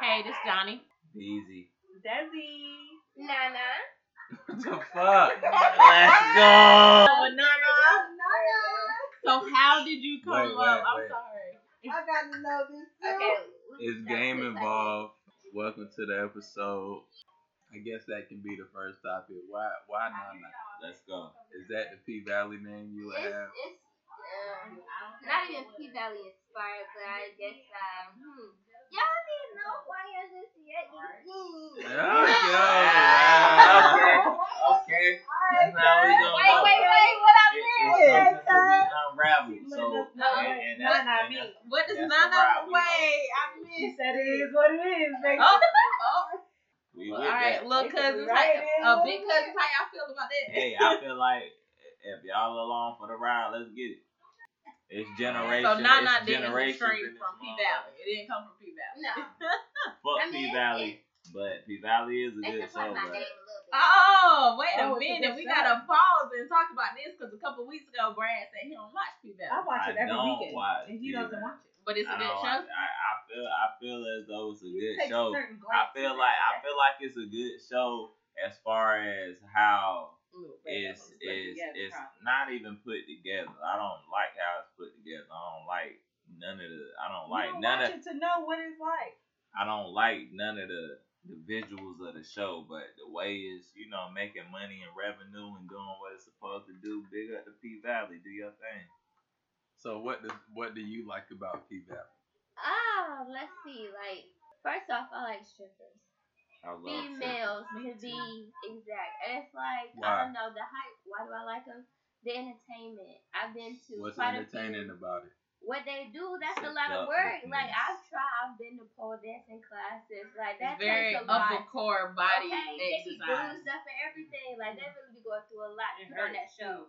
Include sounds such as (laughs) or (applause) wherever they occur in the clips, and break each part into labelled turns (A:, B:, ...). A: Hey, this Johnny.
B: Easy. (laughs)
C: Desi.
D: Nana.
B: What the fuck? Let's go.
A: Oh,
C: Banana.
A: So how did you come
B: Wait, wait,
A: up? I'm
B: wait.
A: sorry.
E: I got to know this. too.
D: Okay.
B: It's
D: that's
B: game
D: it.
B: involved. Welcome to the episode. I guess that can be the first topic. Why? Why Nana? Let's go. Is that the P Valley name you
D: It's,
B: have?
D: it's um, not even P Valley inspired, but I guess um, hmm. y'all didn't know why I just yet.
B: Okay.
D: you-
C: (laughs)
B: wow. Okay. That's how we gonna
D: Wait,
B: go.
D: wait, wait! What I
B: It-
D: missed?
B: it's
E: Yeah,
B: something to be unraveled. So
C: No,
B: and, and
C: no,
B: that's, and
C: no, me.
B: that's-
A: What does
B: That's
A: Nana?
B: the ride we
A: Wait, I
B: on.
A: missed.
C: She said it is what it is. Baby.
A: Oh, oh.
B: we
A: All
B: with that.
A: right, little
C: They could
A: cousins,
C: be
A: like
C: right in
A: uh, big
C: with it.
D: (laughs)
A: cousins, how y'all feel about that?
B: Hey, I feel like if y'all along for the ride, let's get it. It's generation.
A: So Nana
B: it's
A: didn't
B: generations in
A: stream
B: this
A: from P
B: motherfucker.
A: Valley. It didn't come from P Valley.
D: No,
B: Fuck
D: I
B: P
D: mean,
B: Valley, but P Valley is a
D: they
B: good
D: can
B: song.
D: find my
B: but-
D: name a little bit.
A: Oh, wait a
C: Oh, it's a
A: minute.
C: good
A: We
C: show.
A: gotta pause and talk about this because a couple weeks ago, Brad said he don't watch P
C: I
A: Valley,
C: watch it
B: I
C: every
B: don't
C: weekend.
B: watch
C: and he
B: TV.
C: doesn't watch it.
A: but it's
B: I
A: a
B: don't-
A: good
B: I,
A: show.
B: I feel I feel as though it's a good
C: Takes
B: show. I
C: certain glances.
B: feel like I feel like it's a good show as far as how
C: Ooh, baby,
B: it's
C: I'm looking
B: it's
C: together,
B: it's
C: probably.
B: not even put together. I don't like how it's put together. I don't like none of the I don't like
C: you don't
B: none
C: watch
B: of
C: it to know what it's like.
B: I don't like none of the the visuals of the show, but the way it's you know making money and revenue and doing what it's supposed to do. Big up to P Valley, do your thing. So what does what do you like about P Valley?
D: Ah, let's see. Like, first off, I like strippers.
B: I love
D: Females,
A: Me
D: to be exact. And it's like,
B: Why?
D: I don't know, the hype. Why do I like them? The entertainment. I've been to
B: What's
D: quite a
B: entertaining
D: few-
B: about it?
D: What they do, that's
B: Sit
D: a lot
B: up
D: of
B: with
D: work.
B: me.
D: Like, I've tried, I've been to pole dancing classes. Like, that
A: Very
D: takes a lot.
A: upper core body
D: okay, they be
A: exercise.
D: bruised up and everything. Like, they really be going through a lot
C: It
D: on that
C: hurts,
D: show.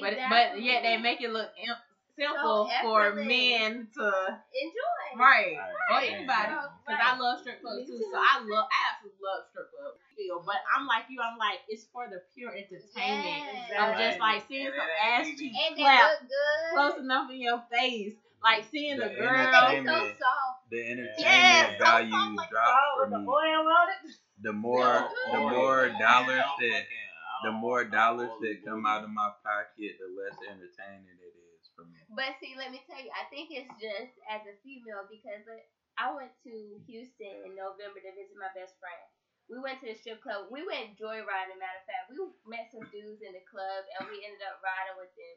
A: But but
D: Exactly.
A: yet they make it look imp- simple for
D: effortless.
A: men to
D: Enjoy. Oh,
A: right.
B: All
A: Or anybody. Cause I love strip clubs too, so I love, I absolutely love strip club feel. But I'm like you, I'm like it's for the pure entertainment.
D: Yes.
A: I'm
B: Right.
A: just like seeing
B: And
A: some
B: it ain't
A: ass
B: even-
A: cheeks
D: And they
A: clap
D: look good.
A: close enough in your face, like seeing
B: The
A: a girl.
D: and they
B: entertainment.
D: be so soft.
B: The entertainment
A: Yes, I'm
B: value
A: so like,
B: drops
C: Oh,
B: for
C: with the
B: me.
C: oil on it.
B: The more,
D: No,
B: the
D: oil.
B: more dollars that, the
F: don't-
B: more
F: I don't
B: dollars
F: oil
B: that
F: the
B: come
F: booty.
B: out of my pocket, the less entertaining it is for me.
D: But see, let me tell you, I think it's just as a female because like, I went to Houston in November to visit my best friend. We went to the strip club. We went joyriding. Matter of fact, we met some dudes in the club, and we ended up riding with them.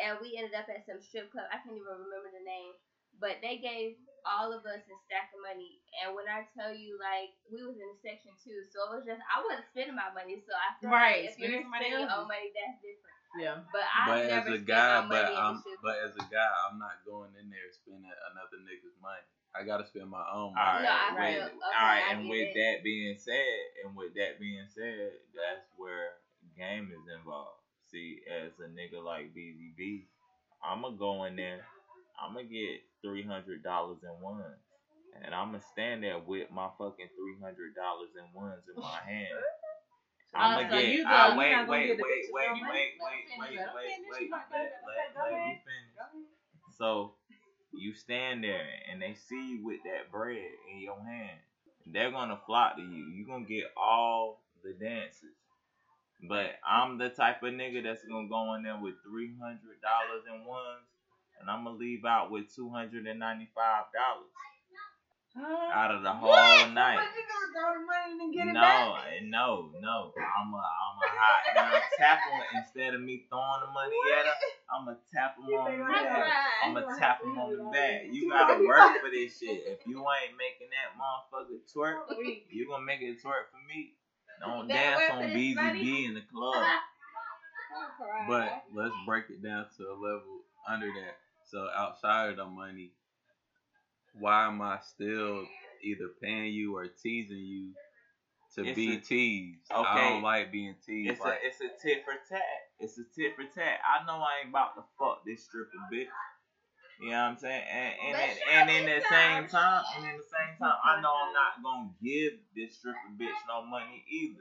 D: And we ended up at some strip club. I can't even remember the name, but they gave all of us a stack of money. And when I tell you, like, we was in the section too, so it was just I wasn't spending my money. So I feel
A: Right,
D: like if you're
A: spending somebody
D: spending your
A: else's.
D: own money, that's different.
A: Yeah.
D: But I
B: but as
D: never
B: a
D: spent
B: guy,
D: my money
B: but
D: in the
B: I'm,
D: strip
B: but as a guy, I'm not going in there spending another nigga's money. I gotta spend my own money.
F: All right,
D: No, I
B: Wait,
D: feel-
B: all
D: okay,
B: right,
D: I
B: and
D: get
B: with
D: it.
B: that being said, and with that being said, that's where game is involved. See, as a nigga like BBB, I'ma go in there, I'ma get three hundred dollars in ones, and I'ma stand there with my fucking three hundred dollars in ones in my hand. I'ma
D: Oh,
A: Uh, so
B: get.
A: you go-
B: ah,
A: you're
B: wait,
C: not gonna
B: wait,
C: get
B: wait,
C: a
B: wait,
C: bitch
B: wait,
C: to go
B: wait,
A: back.
B: wait, wait,
A: Let me finish,
B: wait.
A: let me
B: Let,
C: finish,
B: let,
C: let
B: let
C: me
B: me finish. So you stand there and they see you with that bread in your hand. They're gonna flock to you. You're gonna get all the dances. But I'm the type of nigga that's gonna go in there with three hundred dollars in ones and I'm gonna leave out with two hundred and ninety five dollars
C: Huh?
B: out of the whole night.
C: But you gonna throw the money and then get it
B: No, eh,
C: back?
B: no, no. I'm a, I'm a hot. I'm tap on instead of me throwing the money at her. I'm gonna tap 'em
C: You
B: on
C: think
B: the
C: I'm
B: back.
C: gonna-
B: I'm gonna tap him on the back. You gotta work for this shit. If you ain't making that motherfucker twerk, you gonna make it twerk for me. Don't
D: You better
B: dance
D: work
B: on
D: for this,
B: BZB
D: buddy.
B: in the club.
C: (laughs)
B: But let's break it down to a level under that. So outside of the money, why am I still either paying you or teasing you to
F: It's
B: be
F: a-
B: teased? I
F: okay.
B: don't like being teased.
F: It's a
B: like-
F: it's a tit for tat. It's a tit for tat. I know I ain't about to fuck this stripper bitch.
B: You know what I'm saying? And and,
D: But
B: and,
D: sure,
B: and in the
D: it's
B: same
D: not.
B: time, and in the same time, I know I'm not gonna give this stripper bitch no money either.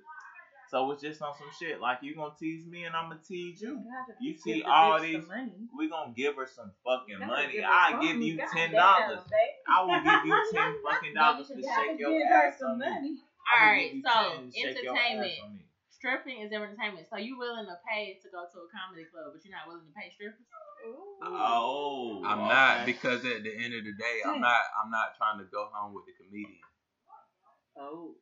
B: So it's just on some shit. Like you gonna tease me and I'm gonna tease you.
C: God, if
B: You
C: give
B: see
C: the
B: all
C: bitch
B: these-
C: the money,
B: We gonna give her some fucking
C: gotta
B: money.
C: her
B: I
C: some.
B: give you
C: God
B: ten
C: damn,
B: dollars.
C: babe.
B: I will give you
C: (laughs)
B: ten fucking dollars to
C: You gotta
B: shake
C: give
B: your
C: her
B: ass on
C: some
B: me.
C: money.
B: I
A: All
B: will
A: right,
B: give you
A: so
B: 10 to shake your ass
A: entertainment.
B: on me.
A: Stripping is entertainment. So you willing to pay to go to a comedy club, but you're not willing to pay strippers?
D: (laughs)
B: Oh,
F: I'm not
B: okay.
F: because at the end of the day,
C: Damn.
F: I'm not. I'm not trying to go home with the comedian.
C: Oh,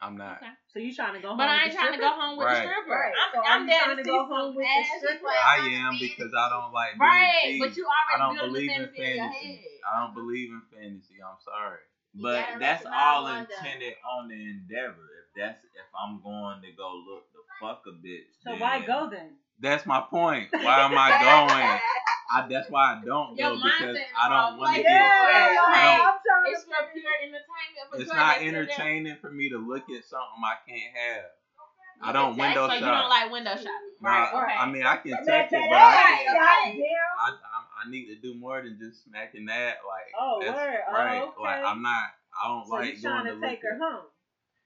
F: I'm not.
A: Okay.
C: so you trying to go home?
A: But I
C: with
A: ain't
C: the
A: trying to go
C: stripper?
A: home with
F: Right.
A: a stripper.
C: Right.
A: I'm,
C: So
A: I'm
C: are you
A: there
C: trying
A: to
C: to
A: see
C: go home
A: some
C: with the
A: ass
C: stripper?
A: as well.
F: I am because I don't like being
A: Right,
F: teased.
A: but you
F: I
A: already
F: don't
A: built
F: believe
A: the
F: in
A: fantasy in your
F: fantasy.
A: head.
F: I don't believe in fantasy. I'm sorry.
D: You
B: But
D: gotta let
B: that's
D: your mind
B: all
D: wander.
B: intended on the endeavor. If that's if I'm going to go look the fuck a bitch.
C: So
B: then
C: why go then?
F: That's my point. Why am I going? I, that's why I don't
A: Your
F: go because
A: mindset
F: I don't
A: is
F: want
A: wrong.
F: to get.
A: Yeah,
F: I
A: like,
F: don't.
C: I'm trying
A: It's
C: to
A: for pure entertainment. For
F: It's
A: sure,
F: not
A: that's in there.
F: entertaining for me to look at something I can't have. I don't
D: Exactly.
F: window
A: So you don't
F: shop.
A: like window shopping,
F: Nah,
A: right? okay.
F: I mean, I can
C: That-
F: touch it,
C: that
F: but I
C: ass,
F: can't.
C: goddamn.
F: I, I I need to do more than just smacking that. Like
C: Oh,
F: that's
C: word. Oh,
F: right.
C: okay.
F: Like I'm not. I don't
C: So
F: like
C: you
F: going
C: trying
F: to
C: to
F: look
C: take her
F: at.
C: home?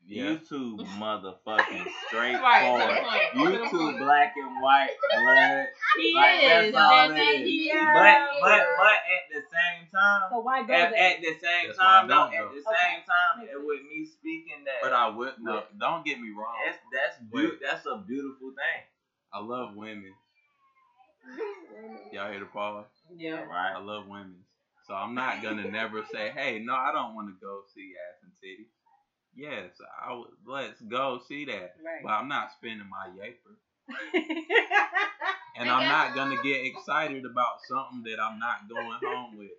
F: Yeah.
B: You
C: (laughs)
B: two motherfucking straightforward.
A: right. to the point, to
B: You
A: the
B: two
A: point.
B: black and white blood.
A: He
B: Like, that's
A: is.
B: all
A: That's
B: it
A: it.
B: is.
A: He is.
C: Yeah.
B: But but but at the same time,
C: So why go
B: at,
C: there?
B: at the same
F: That's why I
B: time, no,
F: don't
B: at
F: go.
B: the
C: Okay.
B: same time,
C: Makes
B: and with me speaking that,
F: But I would. No, don't get me wrong.
B: that's that's beau- that's a beautiful thing,
F: I love women. Y'all hear the pause?
A: Yeah.
F: I
B: right?
F: love women. So I'm not gonna never say, hey, no, I don't want to go see ass and titties. Yes, I would. Let's go see that.
C: (laughs)
F: But
C: Right.
F: I'm not spending my yaper, and I'm not gonna get excited about something that I'm not going home with.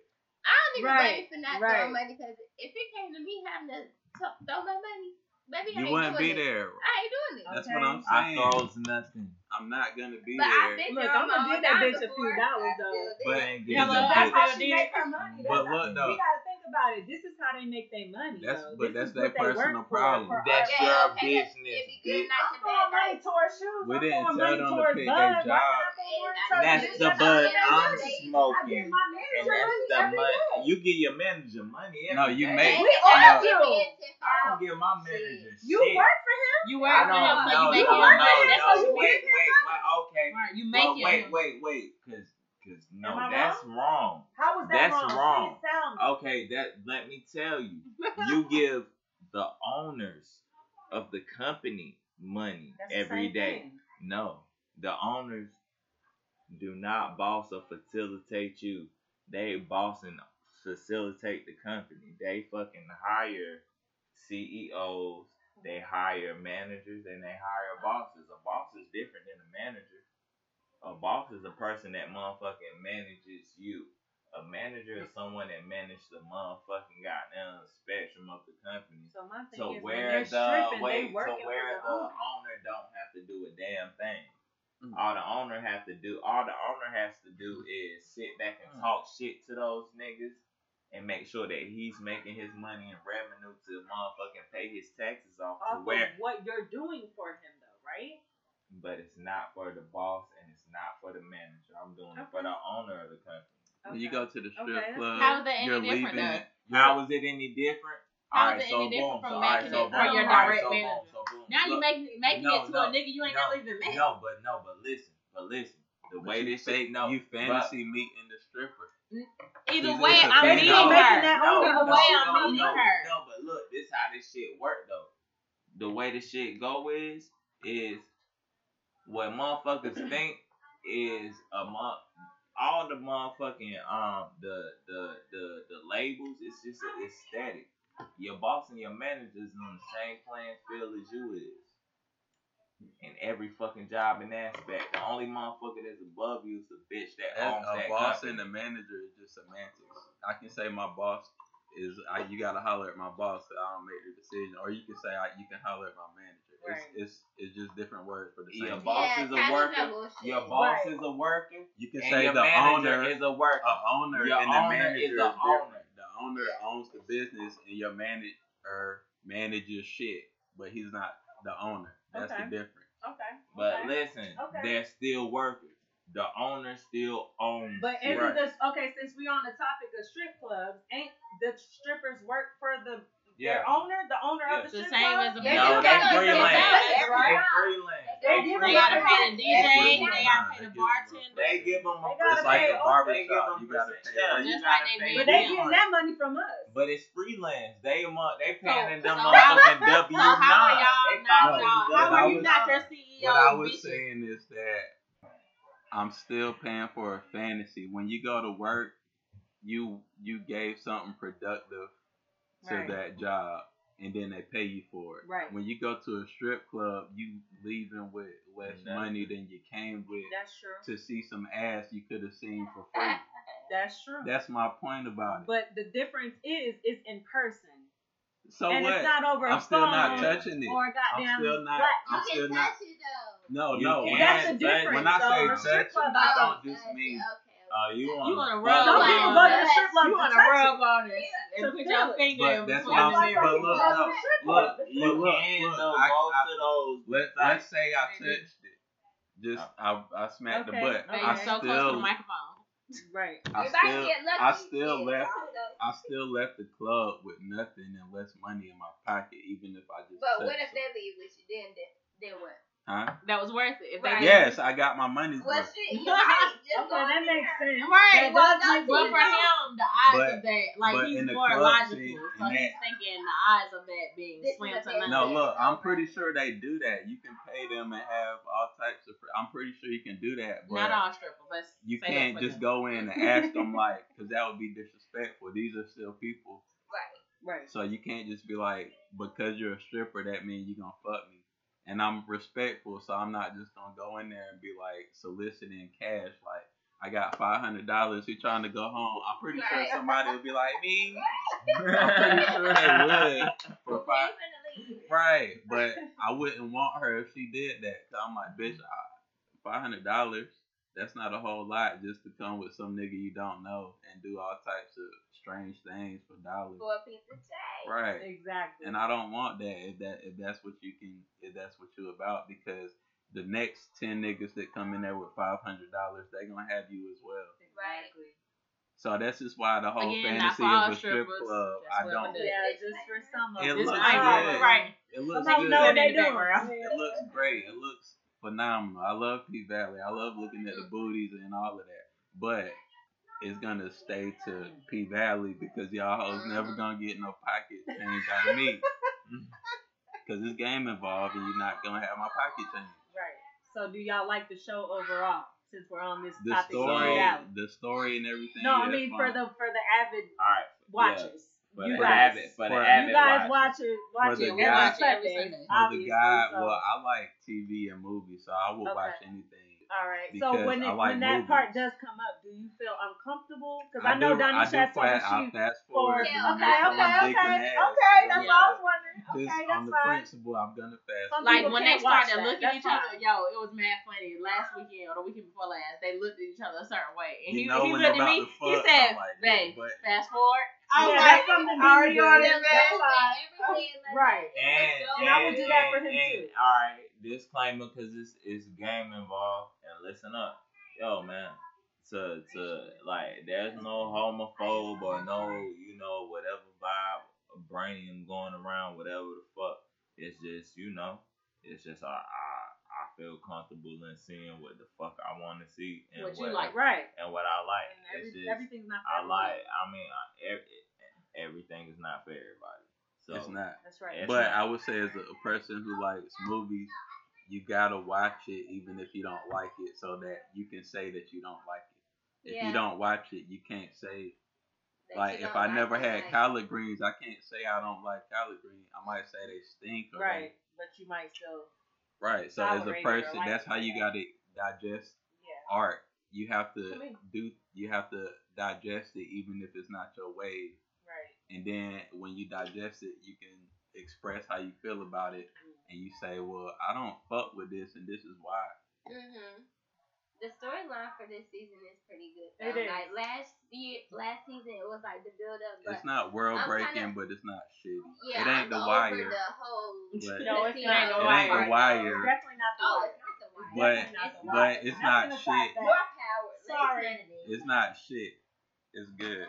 D: I don't even
C: Right,
D: blame you for not
C: right.
D: throwing money because if it came to me having to t- throw my money, maybe I
F: You
D: ain't
F: wouldn't be
D: doing it.
F: there.
D: I ain't doing it.
F: That's
C: Okay.
F: what I'm
B: I
F: saying.
B: throws nothing.
F: I'm not gonna be
D: But I've
F: there.
D: been
C: Look,
D: there on
C: I'ma
D: my
C: give
D: own
C: that
D: dime
C: bitch a few
D: before.
C: dollars,
D: I
C: though.
D: feel
F: But-
D: it.
A: Yeah, look,
C: That's
A: I
C: how
A: still
C: she
A: did.
C: make her money. That's
F: but
C: how-
F: look though,
C: we gotta think about it. This is how they make their money.
F: That's-
C: though.
F: but
C: This
F: that's
C: is
F: their
C: what they work
F: personal
C: for,
F: problem.
C: for
B: That's
C: us.
D: Yeah,
B: your
D: okay, that's-
B: business,
D: It'd be good
B: bitch.
C: I'm
D: not to bad
C: throwing money
D: night.
C: towards shoes. I'm
F: We didn't
C: throwing
F: tell
C: money
F: them to
C: towards
F: pay
C: bud. Why can't I
F: their job.
C: throw money towards
B: That's
C: you?
B: the bud
C: That's how I
B: I'm
C: do it. I give
B: smoking.
C: my
B: And
C: manager
B: that's
C: money
B: the
C: every day.
B: money. You give your manager money.
F: No,
B: every
F: you
B: day.
F: make-
D: And
C: We
D: if
C: all do.
D: I give me a tip,
B: I
D: I'll-
B: don't give my manager shit.
C: You work for him?
A: You
B: I
A: work for
B: don't
A: him, so
B: know.
A: you make
B: no,
A: your
B: no,
A: money.
B: no,
A: That's how you make
B: wait, wait, wait, okay.
A: it. Right. You make
B: Well,
A: it.
B: wait, wait, wait, cause, cause
C: Am
B: no,
C: I
B: that's wrong.
C: How was that
B: That's
C: wrong?
B: wrong. Oh,
C: Please tell me.
B: Okay, that let me tell you,
C: (laughs)
B: you give the owners of the company money
C: That's the
B: every
C: same
B: day.
C: thing.
B: No, the owners do not boss or facilitate you. They boss and facilitate the company. They fucking hire CEOs. They hire managers and they hire bosses. A boss is different than a manager. A boss is a person that motherfucking manages you. A manager is someone that manages the motherfucking goddamn spectrum of the company.
C: So my thing
B: So
C: is, when
B: where
C: they're
B: the
C: stripping,
B: wait,
C: they
B: so
C: working
B: where
C: for
B: the
C: their own.
B: owner don't have to do a damn thing.
F: Mm.
B: All the owner have to do, all the owner has to do is sit back and
F: Mm.
B: talk shit to those niggas and make sure that he's making his money and revenue to motherfucking pay his taxes off to
C: Off of
B: where.
C: what you're doing for him, though, right?
B: But it's not for the boss and it's not for the manager. I'm doing it for
C: Okay.
B: the owner of the company.
F: When you go to the strip
C: Okay.
F: club,
A: How is that any
F: you're
A: different,
F: leaving.
A: though?
F: you're-
B: How is it any different?
A: How
B: Alright,
A: is it any different from
B: alright,
A: making
C: it for your
B: alright,
A: direct
B: so boom,
A: manager?
B: so boom.
A: Now you
B: Look,
A: making making
B: No,
A: it to
B: no,
A: a nigga you ain't
B: no,
A: never even met.
B: No, but no, but listen, but listen. The
F: But
B: way
F: you
B: this shit, no,
F: you fantasy meeting the stripper.
A: Either
F: He's
A: way,
F: just a
A: I'm
C: They
A: meeting
C: still
B: no,
C: making
A: her.
C: that
B: no,
C: own
A: Either
B: no,
A: way,
C: money.
A: I'm
B: no,
A: meeting
B: no,
A: her.
B: No, but look, this how this shit work though. The way this shit go is is what motherfuckers think is a month. All the motherfucking um the the the the labels. It's just a, it's static. Your boss and your managers is on the same playing field as you is. In every fucking job and aspect, the only motherfucker that's above you is the bitch that
F: As
B: owns that
F: a uh, boss
B: company.
F: and a manager is just semantics. I can say my boss is I, you gotta holler at my boss that I don't make the decision, or you can say I, you can holler at my manager.
C: Right.
F: It's, it's it's just different words for the
B: Yeah,
F: same.
B: boss
D: yeah,
B: is a
D: times
B: worker.
D: not bullshit.
B: Your boss
C: Right.
B: is a worker.
F: You can
B: and
F: say
B: your
F: the
B: manager
F: owner
B: is a worker.
F: a owner
B: Your
F: and
B: owner
F: the manager
B: is
F: is
B: the
F: different.
B: owner.
F: The owner owns the business and your manager manages shit, but he's not the owner. That's
C: Okay.
F: the difference.
C: Okay.
B: but
C: okay.
B: listen,
C: Okay.
B: they're still workers. The owner still owns.
C: But isn't
F: Right.
C: this okay? Since we on the topic of strip clubs, ain't the strippers work for the
F: Yeah.
C: Their owner, the owner
F: Yeah.
C: of
A: It's
C: the,
A: the
C: strip
A: same
C: club?
A: as a
D: Yeah,
B: No,
D: you
B: they
D: gotta
B: free
D: get
B: land.
D: that,
B: They
D: right?
B: free land.
D: They
C: They
A: They
C: free
D: give them
A: gotta
D: out
A: pay the DJ. They gotta pay the bartender.
B: They give them a
C: They gotta
F: It's like
C: pay
F: a
C: all-
B: They give
F: barbershop.
B: them
F: You gotta
B: percent- yeah,
F: pay.
B: you
A: Just
B: gotta
A: like they
B: pay
C: But they
B: them.
C: getting that money from us.
B: But it's freelance. They among they paying
A: So-
B: in them
A: so
B: motherfucking W
A: So
B: nine.
A: how are y'all not y'all? How
F: But I
A: are you
F: was-
A: not your CEO?
F: What I was
A: bitches?
F: saying is that I'm still paying for a fantasy. When you go to work, you you gave something productive to
C: Right.
F: that job, and then they pay you for it.
C: Right.
F: When you go to a strip club, you leaving with less
B: Nothing.
F: money than you came with
C: That's true.
F: to see some ass you could have seen for free.
C: That's true.
F: That's my point about it.
C: but the difference is, it's in person,
F: So
C: and
F: what?
C: it's not over a
F: I'm still
C: phone
F: not touching it.
C: or a
F: I'm
C: goddamn.
F: still not.
C: flat.
F: I'm
D: You
F: still
D: can
F: not.
D: touch it though. Oh,
F: No,
B: You can't.
F: no. When
C: That's
F: I,
C: the
B: But
C: difference.
F: when I
C: so
F: say
C: a strip
F: touch,
C: club,
F: I
C: I don't
F: don't just mean.
D: Okay.
F: Oh,
B: Uh, you want
A: You wanna
B: fuck
A: rub on
C: Some people
A: it.
C: go to the strip club
A: You
C: to
A: wanna
C: touch
A: rub
C: it.
A: on it
C: to
A: and put
C: feel
A: your
C: it.
A: finger in between
F: But that's what
C: That's
A: the
C: why
F: I'm.
A: mirror.
F: But
C: some people go to the
F: look, no.
C: strip
F: Look,
C: club.
B: You
F: look, look,
B: can
F: look.
B: though
F: I-
B: both
F: I-
B: of those.
F: Let,
B: Like-
F: let's say I touched it. Just I I smacked
C: Okay,
F: the butt.
A: But
F: I
A: you're so
F: still
A: close to the microphone.
C: Right.
F: I
D: If I
F: still
D: get lucky,
F: I still
D: shit,
F: left-
D: I don't know.
F: I still left the club with nothing and less money in my pocket, even if I just.
D: But what
F: touched
D: if they leave with you? Then then, then what?
F: Huh?
A: That was worth it. If they
D: Right.
A: didn't.
F: Yes, I got my money's
D: Well,
F: worth.
C: (laughs)
D: shit, you're right. Just
C: Okay,
D: go
C: that
D: in
C: makes
D: there.
C: sense.
A: Right,
C: That
A: but,
C: does make
A: but for
C: sense.
A: him, the eyes
F: But-
A: of that, like
F: but
A: he's
F: in the
A: more
F: club,
A: logical,
F: see,
A: so
F: and
A: he's
F: that-
A: thinking the eyes of that being
D: This is
A: slim
D: a
A: to
D: bad
A: none.
F: No,
D: Okay.
F: look, I'm pretty sure they do that. You can pay them and have all types of. I'm pretty sure you can do that, but
A: not all strippers. Let's
F: you
A: say that
F: can't
A: for
F: just
A: them.
F: go in and ask
A: (laughs)
F: them like, because that would be disrespectful. These are still people,
D: Right.
C: Right.
F: so you can't just be like, because you're a stripper, that means you're gonna fuck me. And I'm respectful, so I'm not just gonna go in there and be like soliciting cash. Like, I got five hundred dollars. You trying to go home? I'm pretty sure
D: Right.
F: somebody will be like me. (laughs) I'm pretty
B: (laughs)
F: sure they would for
D: Who's
F: five.
D: finna leave?
F: Right, but I wouldn't want her if she did that. Cause I'm like, bitch, five hundred dollars. That's not a whole lot just to come with some nigga you don't know and do all types of strange things for dollars.
D: For a piece of cake.
F: Right.
C: Exactly.
F: And I don't want that if that if that's what you can if that's what you about because the next ten niggas that come in there with five hundred dollars, they gonna have you as well.
C: Exactly.
F: So that's just why the whole
A: Again, not
F: fantasy
A: for all
F: of a strip
A: strippers.
F: club.
A: That's
F: I
A: what
F: don't.
A: it is.
C: Yeah, just for some of
F: It
C: them.
A: It's
F: looks
A: right,
F: good.
A: right.
F: It looks
C: Somebody
F: good.
C: know what
A: Good.
C: they doing.
A: Background.
F: It looks great. It looks phenomenal. I love P Valley. I love looking
A: Mm-hmm.
F: at the booties and all of that. But it's gonna stay to P Valley because y'all hoes
A: Mm-hmm.
F: never gonna get no pocket change out
A: (laughs)
F: of me. Mm-hmm. Cause this game involved and you're not gonna have my pocket change.
C: Right. So, do y'all like the show overall? Since we're on this
F: The
C: topic,
F: story,
C: reality.
F: the story and everything.
C: No, I
F: yeah,
C: mean
F: it's
C: for
F: fine.
C: the for the avid
B: All right.
C: watchers.
B: But
C: you
B: the
C: guys,
B: avid, but the
F: For-
B: avid
C: you guys
B: watch.
C: watch it, watch
F: For
C: it
F: the
C: every
F: guy-
C: Sunday.
A: Sunday.
F: For the
C: obviously,
F: guy,
C: so-
F: well, I like TV and movies, so I will
C: Okay.
F: watch anything.
C: All right.
F: because
C: So when
F: I
C: it,
F: like
C: when that part
F: movies.
C: does come up, do you feel uncomfortable? Because I, know
F: do-
C: Donnie
F: I do
C: Shat's on
F: flat out
C: the shoot.
F: fast
C: for-
F: forward.
D: Yeah,
F: and
D: okay,
F: I'm
D: okay,
F: just on dick and ass.
E: okay, that's
F: Yeah.
E: all I was wondering.
F: Just
E: Okay,
F: on
E: that's
F: the
E: fine.
F: principle, I'm gonna fast.
C: Some
A: Like
C: people
A: when they
C: can't watch
A: started
C: that.
A: looking at
C: That's
A: each other, yo,
C: fine.
A: it was mad funny. Last weekend or the weekend before last, they looked at each other a certain way, and
F: You
A: he,
F: know
A: he
F: when
A: looked at
F: they're about
A: me.
F: to
A: He
F: fuck,
A: said,
F: I'm like,
A: "Babe,
F: but-
A: fast forward."
E: I was
C: Yeah,
E: like,
C: that's something
E: I already
C: we do.
E: on it,
D: That's
E: man.
D: why everything is
C: Right.
D: like-
B: And,
D: Don't-
B: and,
C: I would do that for
B: and-
C: him,
B: and,
C: too.
B: All right, disclaimer, cause it's it's game involved, and listen up, yo man. To to like, there's no homophobe or no you know whatever vibe of brain going around, whatever the fuck. It's just you know, it's just I I, I feel comfortable in seeing what the fuck I want to see and
A: What you like.
C: Right.
B: and what I like.
C: And
B: It's
C: every,
B: just-
C: everything's not.
B: I
C: fair.
B: like. I mean, I, every, everything is not for everybody. So
F: It's not.
C: That's right.
B: It's
F: But
B: not.
F: I would say, as a person who likes movies, you gotta watch it even if you don't like it, so that you can say that you don't like it. If
D: Yeah.
F: you don't watch it, you can't say.
D: That
F: Like,
D: you
F: if
D: don't
F: I never
D: like
F: had
D: it, like-
F: collard greens, I can't say I don't like collard greens. I might say they stink. Or
C: Right. But you might still.
F: They, right. So as a
C: Tolerate it or
F: person,
C: like
F: that's
C: it,
F: how you
C: yeah.
F: gotta digest
C: Yeah.
F: art. You have to
C: Come here.
F: do. You have to digest it, even if it's not your way.
C: Right.
F: And then when you digest it, you can express how you feel about it,
D: Mm.
F: and you say, "Well, I don't fuck with this, and this is why."
D: Mhm. The storyline for this season is pretty good. though.
C: It is.
D: Like last year, last season, it was like the build up, but
F: It's not world
D: I'm
F: breaking,
D: kinda-
F: but it's not shitty.
D: yeah,
F: it ain't
D: I'm
F: the
D: over (laughs)
F: wire.
D: The whole
F: But-
C: No, it's
D: scene.
C: not.
A: The
F: it ain't
A: wire.
F: the wire,
C: Definitely not the
D: Oh,
C: wire.
D: it's Oh, not the wire.
F: But-
D: it's not the
F: but
D: wire.
F: it's not shit.
D: More power.
C: Sorry.
D: Sorry.
F: It's not shit. It's good.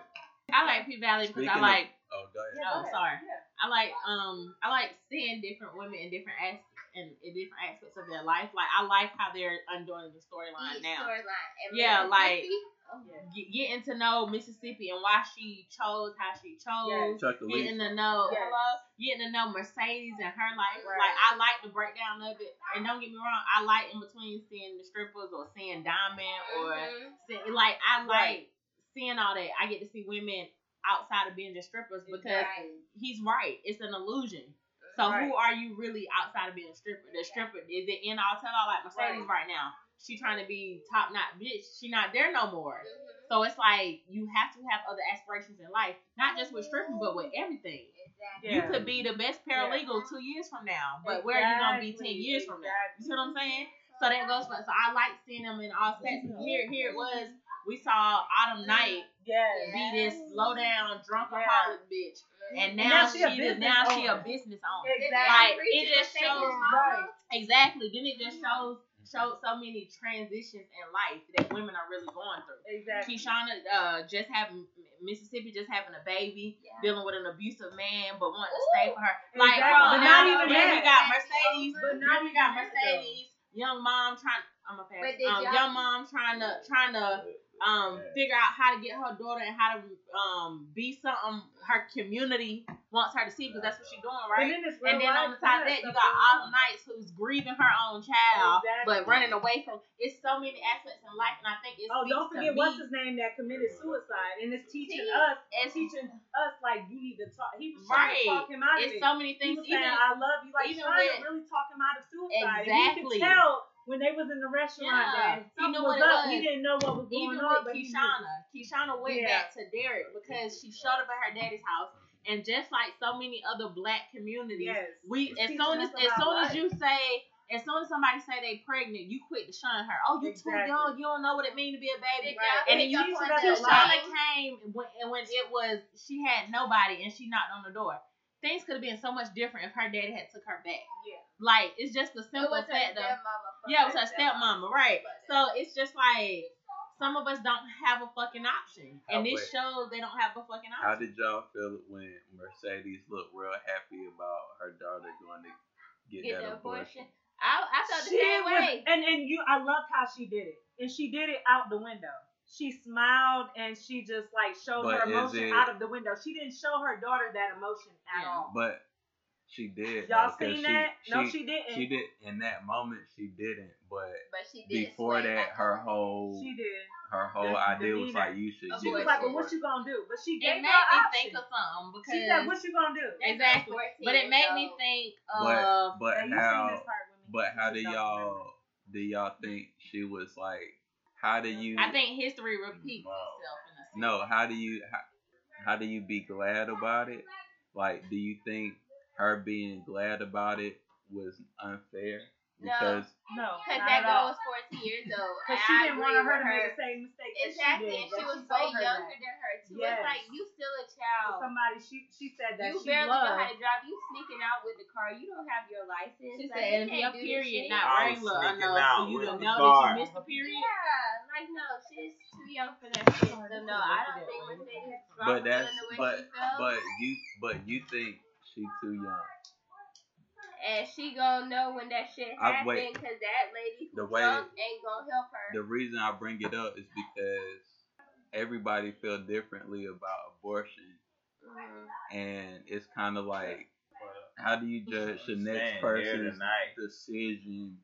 A: I like P Valley because
F: Speaking
A: I
F: of-
A: like.
F: Oh, go ahead.
A: Oh, sorry. I I like um I like seeing different women in different aspects and in different aspects of their life. Like I like how they're undoing the storyline
D: Each
A: now.
D: storyline. And
A: Yeah, like-
D: Mississippi, oh,
A: Get, getting to know Mississippi and why she chose how she chose.
F: Chuck the
A: Getting to know
D: Yes.
A: hello, getting to know Mercedes and her life.
D: Right.
A: Like I like the breakdown of it. And don't get me wrong, I like in between seeing the strippers or seeing Diamond or
D: mhm.
A: see- like I like
C: Right.
A: seeing all that. I get to see women outside of being just strippers because
D: Right.
A: he's right. It's an illusion. So
C: Right.
A: who are you really outside of being a stripper? The stripper is it in all tell all like Mercedes right, now. She trying to be top knot bitch. She not there no more.
D: Mhm.
A: So it's like you have to have other aspirations in life, not just with stripping, but with everything.
D: Exactly.
A: You
C: Yeah.
A: could be the best paralegal two years from now, but where are you gonna be ten
C: Exactly,
A: years from now? You see what I'm saying? So
D: So
A: that goes for so I like seeing them in all sets. Here here it was we saw Autumn Night
C: Yes.
A: be this low down drunkaholic bitch. And now,
C: And now
A: she,
C: she a
A: is
C: business
A: now she a
C: owner.
A: business owner.
C: Exactly.
A: Like, it just shows-
D: right.
A: Exactly. Then it
C: Mm-hmm.
A: just shows showed so many transitions in life that women are really going through.
C: Exactly.
A: Keyshawn uh, just having Mississippi just having a baby, dealing with an abusive man, but wanting to stay for her. Like,
C: Exactly.
A: bro,
C: But
A: now
C: not even
A: then we
C: that.
A: got Mercedes.
C: But
A: Now
C: not
A: we got
C: even that, though.
A: Mercedes. Young mom trying. I'm a
D: But
A: fast.
D: did
A: Um,
D: y'all-
A: young mom trying to trying to um figure out how to get her daughter and how to um be something her community wants her to see because that's what she's doing, right?
C: And then, it's
A: And
C: real
A: then on the
C: life
A: top of that,
C: stuff
A: you got
C: going on.
A: Autumn Knights who's grieving her own child, but
C: Exactly.
A: running away from. It's so many aspects in life, and I think it's.
C: Oh, don't forget what's
A: me.
C: his name that committed suicide, and it's teaching
D: See?
C: us,
A: It's,
C: teaching us like you need to talk. He was trying
A: Right.
C: to talk him out of
A: it's
C: it.
A: so many
C: he
A: things.
C: was
A: Even
C: saying, "Oh, "I love you," like
A: even
C: trying
A: with-
C: to really talk him out of suicide. And
A: Exactly.
C: you could tell when they was in the restaurant
A: Yeah.
C: that
A: You
C: something
A: know
C: was
A: what it
C: up. He
A: was?
C: didn't know what was going
A: even
C: on,
A: with
C: but he knew.
A: Keyshana, Keyshana went
C: Yeah.
A: back to Derek because she showed up at her daddy's house, and just like so many other black communities,
C: Yes.
A: we as
C: teaching
A: soon
C: us
A: as as
C: about
A: soon as
C: life.
A: you say. As soon as somebody say they pregnant, you quit to shun her. Oh, you too
C: Exactly.
A: young. You don't know what it means to be a baby.
C: Right.
A: And then you
C: Pick up
A: see
C: on that
A: Shauna
C: a lot.
A: came and when, and when it was she had nobody and she knocked on the door. Things could have been so much different if her daddy had took her back.
C: Yeah.
A: Like it's just the simple fact of yeah, it was her stepmama, right? So it's just like some of us don't have a fucking option,
F: How-
A: and this
F: wait.
A: shows they don't have a fucking
F: How
A: option.
F: did y'all feel when Mercedes looked real happy about her daughter going to get,
D: Get
F: that
D: the
F: abortion?
D: abortion. I, I felt the
C: She
D: same
C: was-
D: way.
C: and and you, I loved how she did it, and she did it out the window. She smiled and she just like showed
F: But
C: her
F: is
C: emotion
F: it-
C: out of the window. She didn't show her daughter that emotion at
A: Yeah.
C: all.
F: But she did.
C: Y'all
F: though, 'cause
C: seen that? no, she
F: she,
C: didn't.
F: she did. In that moment, she didn't. But
D: But she did.
F: before
D: sway
F: that,
D: back
F: her
D: on.
F: whole
C: She did.
F: her whole
C: the
F: idea was
C: demeanor.
F: like, you should
D: Of
F: get
C: She was
D: course.
F: an
C: like, well, what
F: abortion.
C: you gonna do? But she
A: It
C: gave
A: made
C: her
A: me
C: option.
A: think of something because
C: She said, what you gonna do?
D: That's
A: exactly,
D: like 14
A: but it made me
D: years old.
A: think
F: But-
A: of
F: But
C: Now, you seen
F: how?
C: this part, women.
F: But how
C: You
F: do
C: just don't remember.
F: y'all do y'all think she was like? How do you?
A: I think history repeats
F: Wow.
A: itself in a sense.
F: No, how do you how, how do you be glad about it? Like, do you think her being glad about it was unfair?
D: No.
F: Because
C: No,
D: Because
C: not
D: that
C: at all.
D: girl was 14 years old.
C: Because she
D: I
C: didn't want
D: agree
C: her
D: with
C: to make
D: her.
C: the same mistake. that
D: Exactly,
C: She did,
D: and she
C: but
D: was
C: she
D: way
C: told her
D: younger
C: that.
D: than her too.
C: Yes.
D: It's like you still a
C: So
D: child.
C: Somebody she she said that
D: you
C: she
D: barely know how
C: loved.
D: to drive. You sneaking out with the car. You don't have your license.
A: She
D: Like,
A: said,
D: you
A: if
D: can't
A: your
D: do this
A: period
D: shit."
A: not
B: I was
A: regular
B: sneaking
A: enough,
B: out
A: so you
B: with
A: don't
B: the
A: know
B: guard.
A: that you missed the period.
D: Yeah, like no, she's too young for that shit. So no, I don't think Mercedes is wrong
F: But
D: for
F: that's-
D: feeling the way
F: but-
D: she felt.
F: but you but you think she too young.
D: and she gonna know when that shit
F: I- wait.
D: happened because that lady who
F: The way-
D: drunk ain't gonna help her.
F: The reason I bring it up is because everybody feel differently about abortion,
D: Mhm.
F: and it's kind of like how do you judge the next
B: Staying there
F: person's
B: tonight.
F: decision?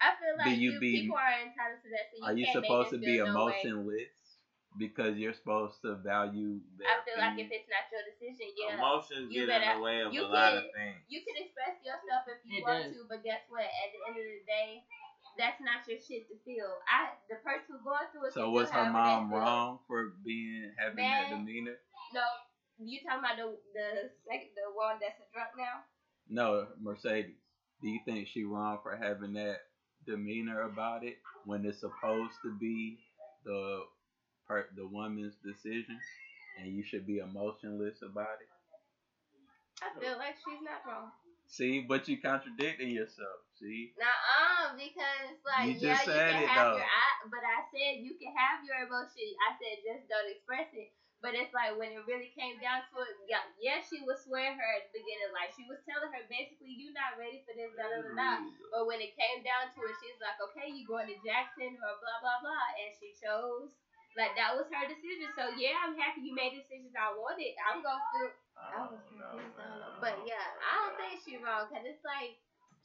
D: I feel like
F: Do you
D: you
F: be-
D: people are entitled to that. So you
F: Are you
D: can't make
F: supposed
D: them
F: to be
D: feel no way.
F: emotionless because you're supposed to value? Their
D: I feel like if
F: opinion?
D: it's not your decision, yeah.
B: Emotions
D: You
B: get in
D: better-
B: the way of a
D: you
B: lot of
D: can-
B: things.
D: you can express yourself if you
A: It
D: want
A: does.
D: to, but guess what? At the end of the day, that's not your shit to feel. I the person who's going through it.
F: So
D: can
F: was
D: feel
F: her
D: however
F: mom
D: they feel.
F: wrong for being having that
D: Man.
F: demeanor?
D: No, you talking about the the sec- the one that's a drunk now?
F: No, Mercedes. Do you think she wrong for having that demeanor about it when it's supposed to be the per, the woman's decision and you should be emotionless about it?
D: I
F: Oh.
D: feel like she's not wrong.
F: See, but you contradicting yourself. See,
D: Nuh-uh, because like
F: You
D: yeah,
F: just
D: you
F: said
D: can
F: it,
D: have
F: though.
D: your I, but I said you can have your emotion. I said just don't express it. But it's like when it really came down to it, yeah, yeah, she was swearing her at the beginning Like she was telling her basically, you're not ready for this, da da da da. But when it came down to it, she's like, okay, you going to Jackson or blah blah blah, and she chose. Like that was her decision. So yeah, I'm happy you made the decision I wanted. I'm gonna feel. I was confused. I don't know. But yeah, I don't think she wrong because it's like,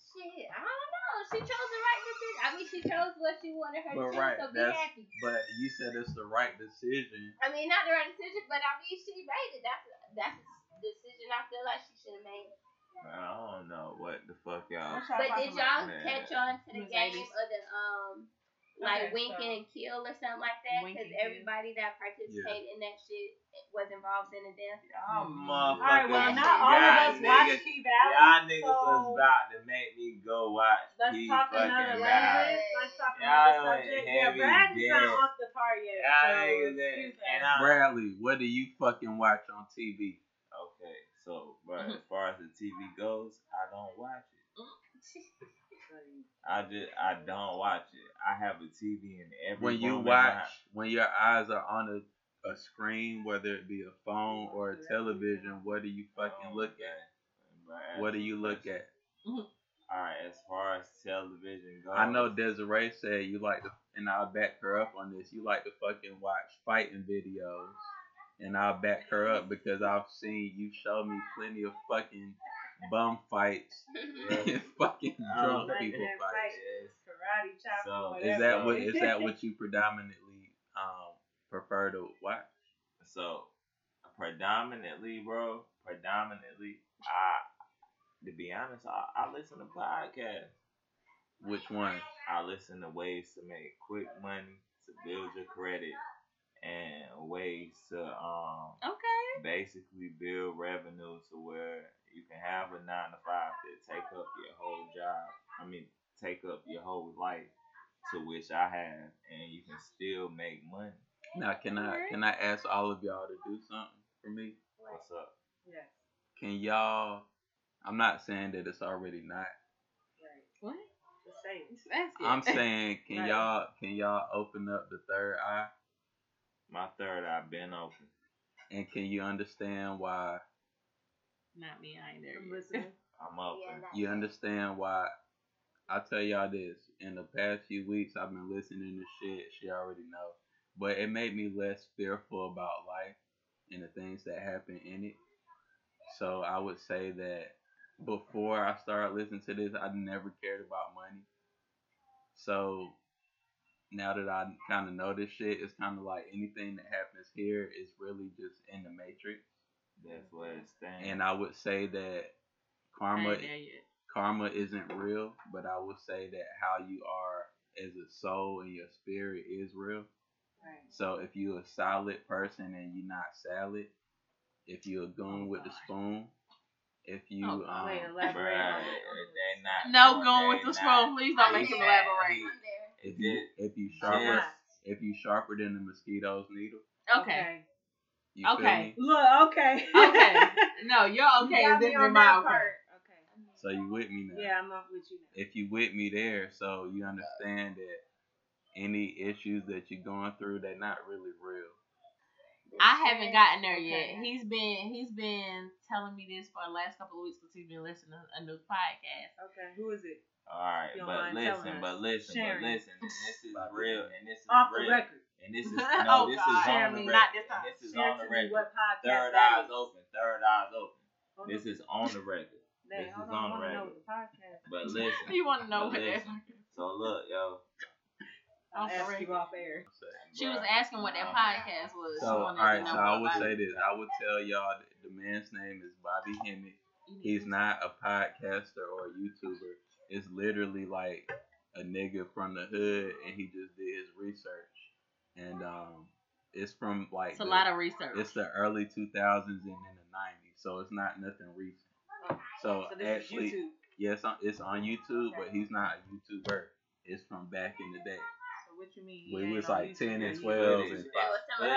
D: shit. I don't know. She chose the right decision. I mean, she chose what she wanted her
F: But
D: to choose.
F: right,
D: so be
F: that's-
D: happy.
F: But you said it's the right decision.
D: I mean, not the right decision, but I mean, she made it. That's that's a decision I feel like she should have made.
B: I don't know what the fuck y'all.
E: I'm trying
D: But
E: to find
D: did y'all
B: Man.
D: catch on to the
A: Miss
D: game
A: Davis.
D: of the um
C: Okay,
D: like wink
C: so-
D: and kill or something like that?
A: Wink
D: Because
A: and Kill.
D: everybody that participated in that shit was involved in the death.
B: Y'all motherfuckers.
C: All right, well, not
B: y'all
C: all of us
B: niggas,
C: watch P
B: Y'all
C: Valley.
B: niggas was
C: so
B: about to make me go watch.
C: let's
B: P
C: talk
B: fucking
C: another
B: Valley.
C: subject. Let's talk
B: Y'all
C: another
B: went
C: subject. Yeah,
B: heavy
C: Brad is not
B: dead.
C: off the car yet.
B: Y'all
C: so
B: niggas that-
C: excuse
B: and
C: us.
B: I-
F: Bradley, what do you fucking watch on TV?
B: Okay, so but as far as the TV goes, I don't watch it. I just I don't watch it. I have a TV in every
F: When you
B: room in my
F: watch,
B: house.
F: when your eyes are on a, a screen, whether it be a phone or a television, what do you fucking look at?
B: But
F: What
B: as-
F: do you look at?
B: All right, as far as television goes,
F: I
B: (laughs)
F: know Desiree said you like to, and I'll back her up on this. You like to fucking watch fighting videos, and I'll back her up because I've seen you show me plenty of fucking bum fights (laughs)
D: (laughs)
F: and fucking drunk
C: Like
F: people
C: that
F: fights.
B: Yes.
C: Karate chop.
B: So,
C: or
F: Is
C: whatever.
F: that what is
C: (laughs)
F: that what you predominantly um prefer to watch?
B: So predominantly, bro, predominantly, I to be honest, I, I listen to podcasts.
F: Which one?
B: I listen to ways to make quick money, to build your credit, and ways to um
D: Okay.
B: basically build revenue to where you can have a nine to five that take up your whole job. I mean, take up your whole life, to which I have, and you can still make money.
F: Now can I can I ask all of y'all to do something for me?
B: What's up?
C: Yes,
F: Can y'all? I'm not saying that it's already not.
C: right.
A: What?
B: Um,
C: Just say it.
A: Just ask it.
F: I'm saying can
C: Right.
F: y'all can y'all open up the third eye?
B: My third eye been open.
F: And can you understand why?
A: Not me. I ain't there.
C: I'm
A: yet.
C: listening.
B: I'm open.
D: Yeah, nah.
F: Oh, You understand why? I tell y'all this. In the past few weeks, I've been listening to shit she already know, but it made me less fearful about life and the things that happen in it. So I would say that before I started listening to this, I never cared about money. So now that I kind of know this shit, it's kind of like anything that happens here is really just in the matrix.
B: That's what it's stands.
F: And I would say that
A: I
F: karma
A: ain't there yet.
F: karma isn't real, but I would say that how you are as a soul and your spirit is real.
C: Right.
F: So if you're a solid person and you're not salad, if you're a goon with the spoon, if you
A: Oh,
F: um,
C: Wait,
B: Bruh,
C: elaborate on it.
B: they not.
A: No
B: or
A: going
B: they
A: with the
B: not.
A: scroll. Please don't make him elaborate.
D: I'm there.
F: if
B: Yeah.
F: you if you
C: I'm
F: sharper
C: not.
F: if you sharper than the mosquito's needle,
A: Okay.
F: you feel
A: Okay.
F: me?
C: Look, okay.
A: (laughs)
C: (laughs)
A: Okay. (laughs) No, you're okay.
C: You got
A: This
C: me
A: is
C: on
A: my
C: that
A: okay.
C: part. Okay.
F: So you with me now?
C: Yeah, I'm up with you now.
F: if you with me there, so you understand that any issues that you're going through, they're not really real.
A: I haven't gotten there yet.
C: Okay.
A: He's been he's been telling me this for the last couple of weeks because he's been listening to a new podcast.
C: Okay, who is it?
B: All right,
C: You don't
B: but
C: mind
B: listen,
C: telling us.
B: but listen,
C: Sharing.
B: but listen. And this is real, and this is
C: Off
B: real,
C: the record.
B: and
C: (laughs)
A: (laughs)
B: this is
A: Oh,
B: no, this is
A: God.
B: on
C: Sharing
B: the
C: me,
B: record.
A: not this
B: and
A: time. (laughs)
B: this is
C: Share
B: on the
C: to me
B: record.
C: what podcast
B: Third
C: that
B: eyes
C: is.
B: open. Third eyes open.
C: Hold
B: This
C: on.
B: is on the record.
C: Dang,
B: this
C: hold
B: is
C: on,
B: on
C: I wanna know
B: record.
C: what the podcast.
A: (laughs)
B: But listen,
A: You want to know
B: but
A: what that?
B: listen. So look, yo. Oh,
C: I'll
A: Off the
C: ask
A: record.
C: you off air.
A: She was
B: bruh,
A: asking what that
B: nah.
A: podcast was. She
F: So, all
A: wanted to
F: right.
A: know
F: So I
A: more
F: would
A: about
F: say
A: it.
F: this. I would tell y'all that the man's name is Bobby Hemmett. He's not a podcaster or a YouTuber. It's literally like a nigga from the hood, and he just did his research. And um, it's from like
A: It's a
F: the,
A: lot of research.
F: it's the early 2000s and in the 90s, so it's not nothing recent.
A: Oh,
F: So,
B: Oh,
C: So this
F: actually,
C: is YouTube.
F: yes, on, it's on YouTube, but
C: Okay.
F: he's not a YouTuber. It's from back in the day.
C: So what you mean?
F: We
C: ain't
F: was
C: on
F: like
C: YouTube?
F: 10 and
C: Yeah,
F: 12
B: But
F: and
B: it's-
D: There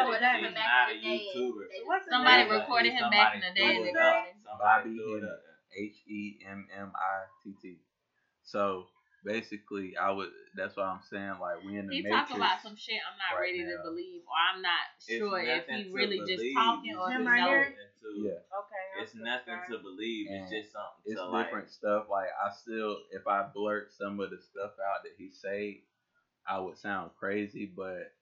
D: was some
B: but
C: recording
B: it's-
C: from
B: he's
D: back
B: not
D: in
B: a
D: the
A: Somebody recorded him back in the day
B: YouTuber. Somebody- somebody
C: What's the name?
D: day. They-
B: threw
C: and
B: it
C: they-
B: up. Somebody
F: Bobby
B: threw it
F: Hemmett.
B: up.
F: H E M M I T T. So basically, I would. That's why I'm saying like we in the
A: He
F: matrix.
A: talk about some shit I'm not
F: right
A: ready
F: now.
A: to believe, or I'm not sure if
B: nothing
A: he
B: to
A: really just
B: believe.
A: talking or if he
C: Him right
A: knows.
C: here?
F: yeah,
C: Okay.
B: It's nothing to believe.
F: And
B: It's just something.
F: it's
B: to, like,
F: different stuff. Like I still, if I blurt some of the stuff out that he say, I would sound crazy, but